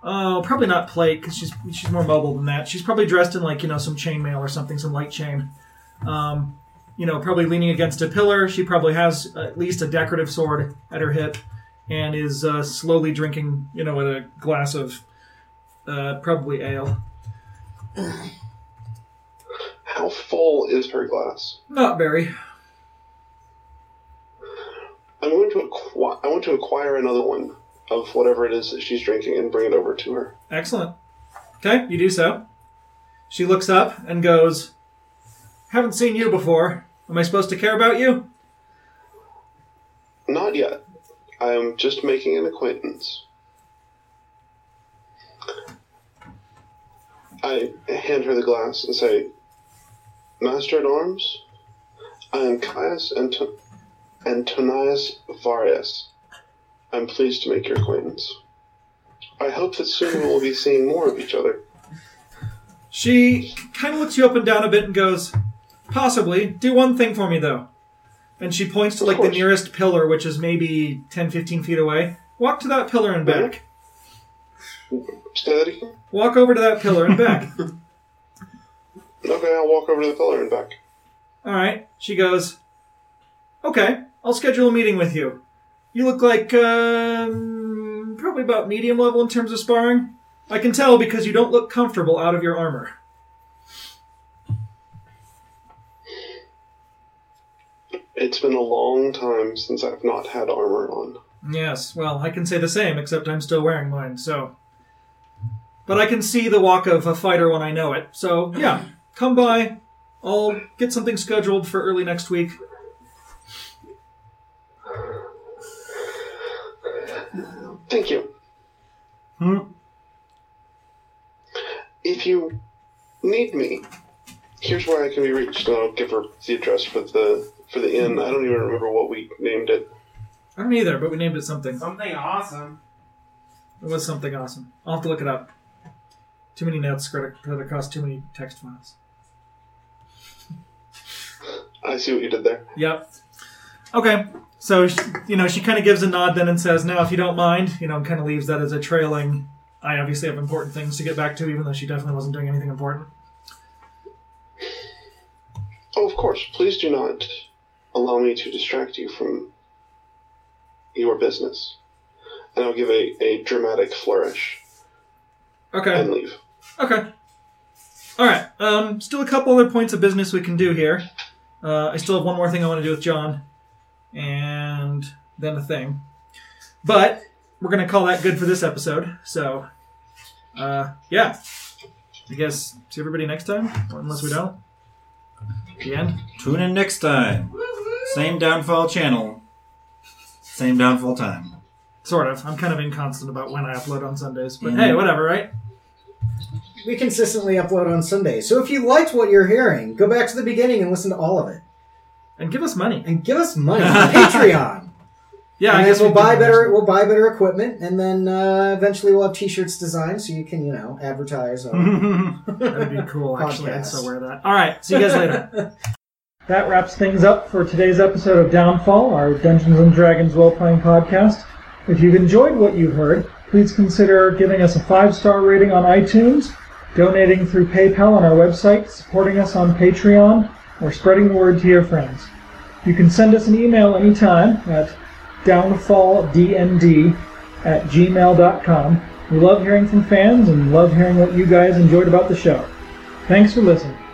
Speaker 1: oh, probably not plate because she's she's more mobile than that. She's probably dressed in like you know some chainmail or something, some light chain. Um, you know, probably leaning against a pillar. She probably has at least a decorative sword at her hip, and is uh, slowly drinking, you know, a glass of uh, probably ale.
Speaker 3: How full is her glass?
Speaker 1: Not very.
Speaker 3: I'm going to acqui- I want to acquire another one of whatever it is that she's drinking and bring it over to her.
Speaker 1: Excellent. Okay, you do so. She looks up and goes, Haven't seen you before. Am I supposed to care about you?
Speaker 3: Not yet. I am just making an acquaintance. I hand her the glass and say, Master at Arms, I am Caius Anto- Antonius Varius. I'm pleased to make your acquaintance. I hope that soon we will be seeing more of each other.
Speaker 1: She kind of looks you up and down a bit and goes, Possibly. Do one thing for me, though. And she points to
Speaker 3: Of
Speaker 1: like the
Speaker 3: course.
Speaker 1: nearest pillar, which is maybe 10, 15 feet away. Walk to that pillar and back.
Speaker 3: Say that again?
Speaker 1: Walk over to that pillar and
Speaker 3: [LAUGHS]
Speaker 1: back.
Speaker 3: Okay, I'll walk over to the pillar and back.
Speaker 1: All right. She goes, Okay, I'll schedule a meeting with you. You look like um, probably about medium level in terms of sparring. I can tell because you don't look comfortable out of your armor.
Speaker 3: It's been a long time since I've not had armor on.
Speaker 1: Yes, well, I can say the same, except I'm still wearing mine, so. But I can see the walk of a fighter when I know it, so yeah, come by. I'll get something scheduled for early next week.
Speaker 3: Thank you.
Speaker 1: Hmm?
Speaker 3: if you need me, here's where I can be reached. And I'll give her the address for the for the inn. I don't even remember what we named it.
Speaker 1: I don't either, but we named it something.
Speaker 7: Something awesome.
Speaker 1: It was something awesome. I'll have to look it up. Too many notes gotta gotta cost too many text files.
Speaker 3: I see what you did there.
Speaker 1: Yep. Okay. So sh- you know she kind of gives a nod then and says, "Now, if you don't mind, you know," and kind of leaves that as a trailing. I obviously have important things to get back to, even though she definitely wasn't doing anything important.
Speaker 3: Oh, of course. Please do not allow me to distract you from your business. And I'll give a, a dramatic flourish
Speaker 1: Okay. [LAUGHS]
Speaker 3: and leave.
Speaker 1: Okay. All right. Um, still a couple other points of business we can do here. Uh, I still have one more thing I want to do with John, and then a thing. But we're gonna call that good for this episode. So, uh, yeah. I guess see everybody next time, or unless we don't. The end.
Speaker 2: Tune in next time. Same downfall channel. Same downfall time.
Speaker 1: Sort of. I'm kind of inconstant about when I upload on Sundays, but
Speaker 2: Mhm.
Speaker 1: hey, whatever, right?
Speaker 5: We consistently upload on Sunday, so if you liked what you're hearing, go back to the beginning and listen to all of it.
Speaker 1: And give us money.
Speaker 5: And give us money [LAUGHS] on Patreon.
Speaker 1: Yeah,
Speaker 5: and
Speaker 1: I
Speaker 5: then
Speaker 1: guess
Speaker 5: we'll
Speaker 1: we can
Speaker 5: buy
Speaker 1: do that.
Speaker 5: better. We'll buy better equipment, and then uh, eventually we'll have T-shirts designed, so you can you know advertise.
Speaker 1: Mm-hmm.
Speaker 5: On...
Speaker 1: That'd be cool. Actually, I'd
Speaker 5: Podcast.
Speaker 1: so wear that. All right. See you guys later. that wraps things up for today's episode of Downfall, our Dungeons and Dragons role playing podcast. If you've enjoyed what you've heard, please consider giving us a five star rating on iTunes, donating through PayPal on our website, supporting us on Patreon, or spreading the word to your friends. You can send us an email anytime at downfalldnd at gmail.com. We love hearing from fans and love hearing what you guys enjoyed about the show. Thanks for listening.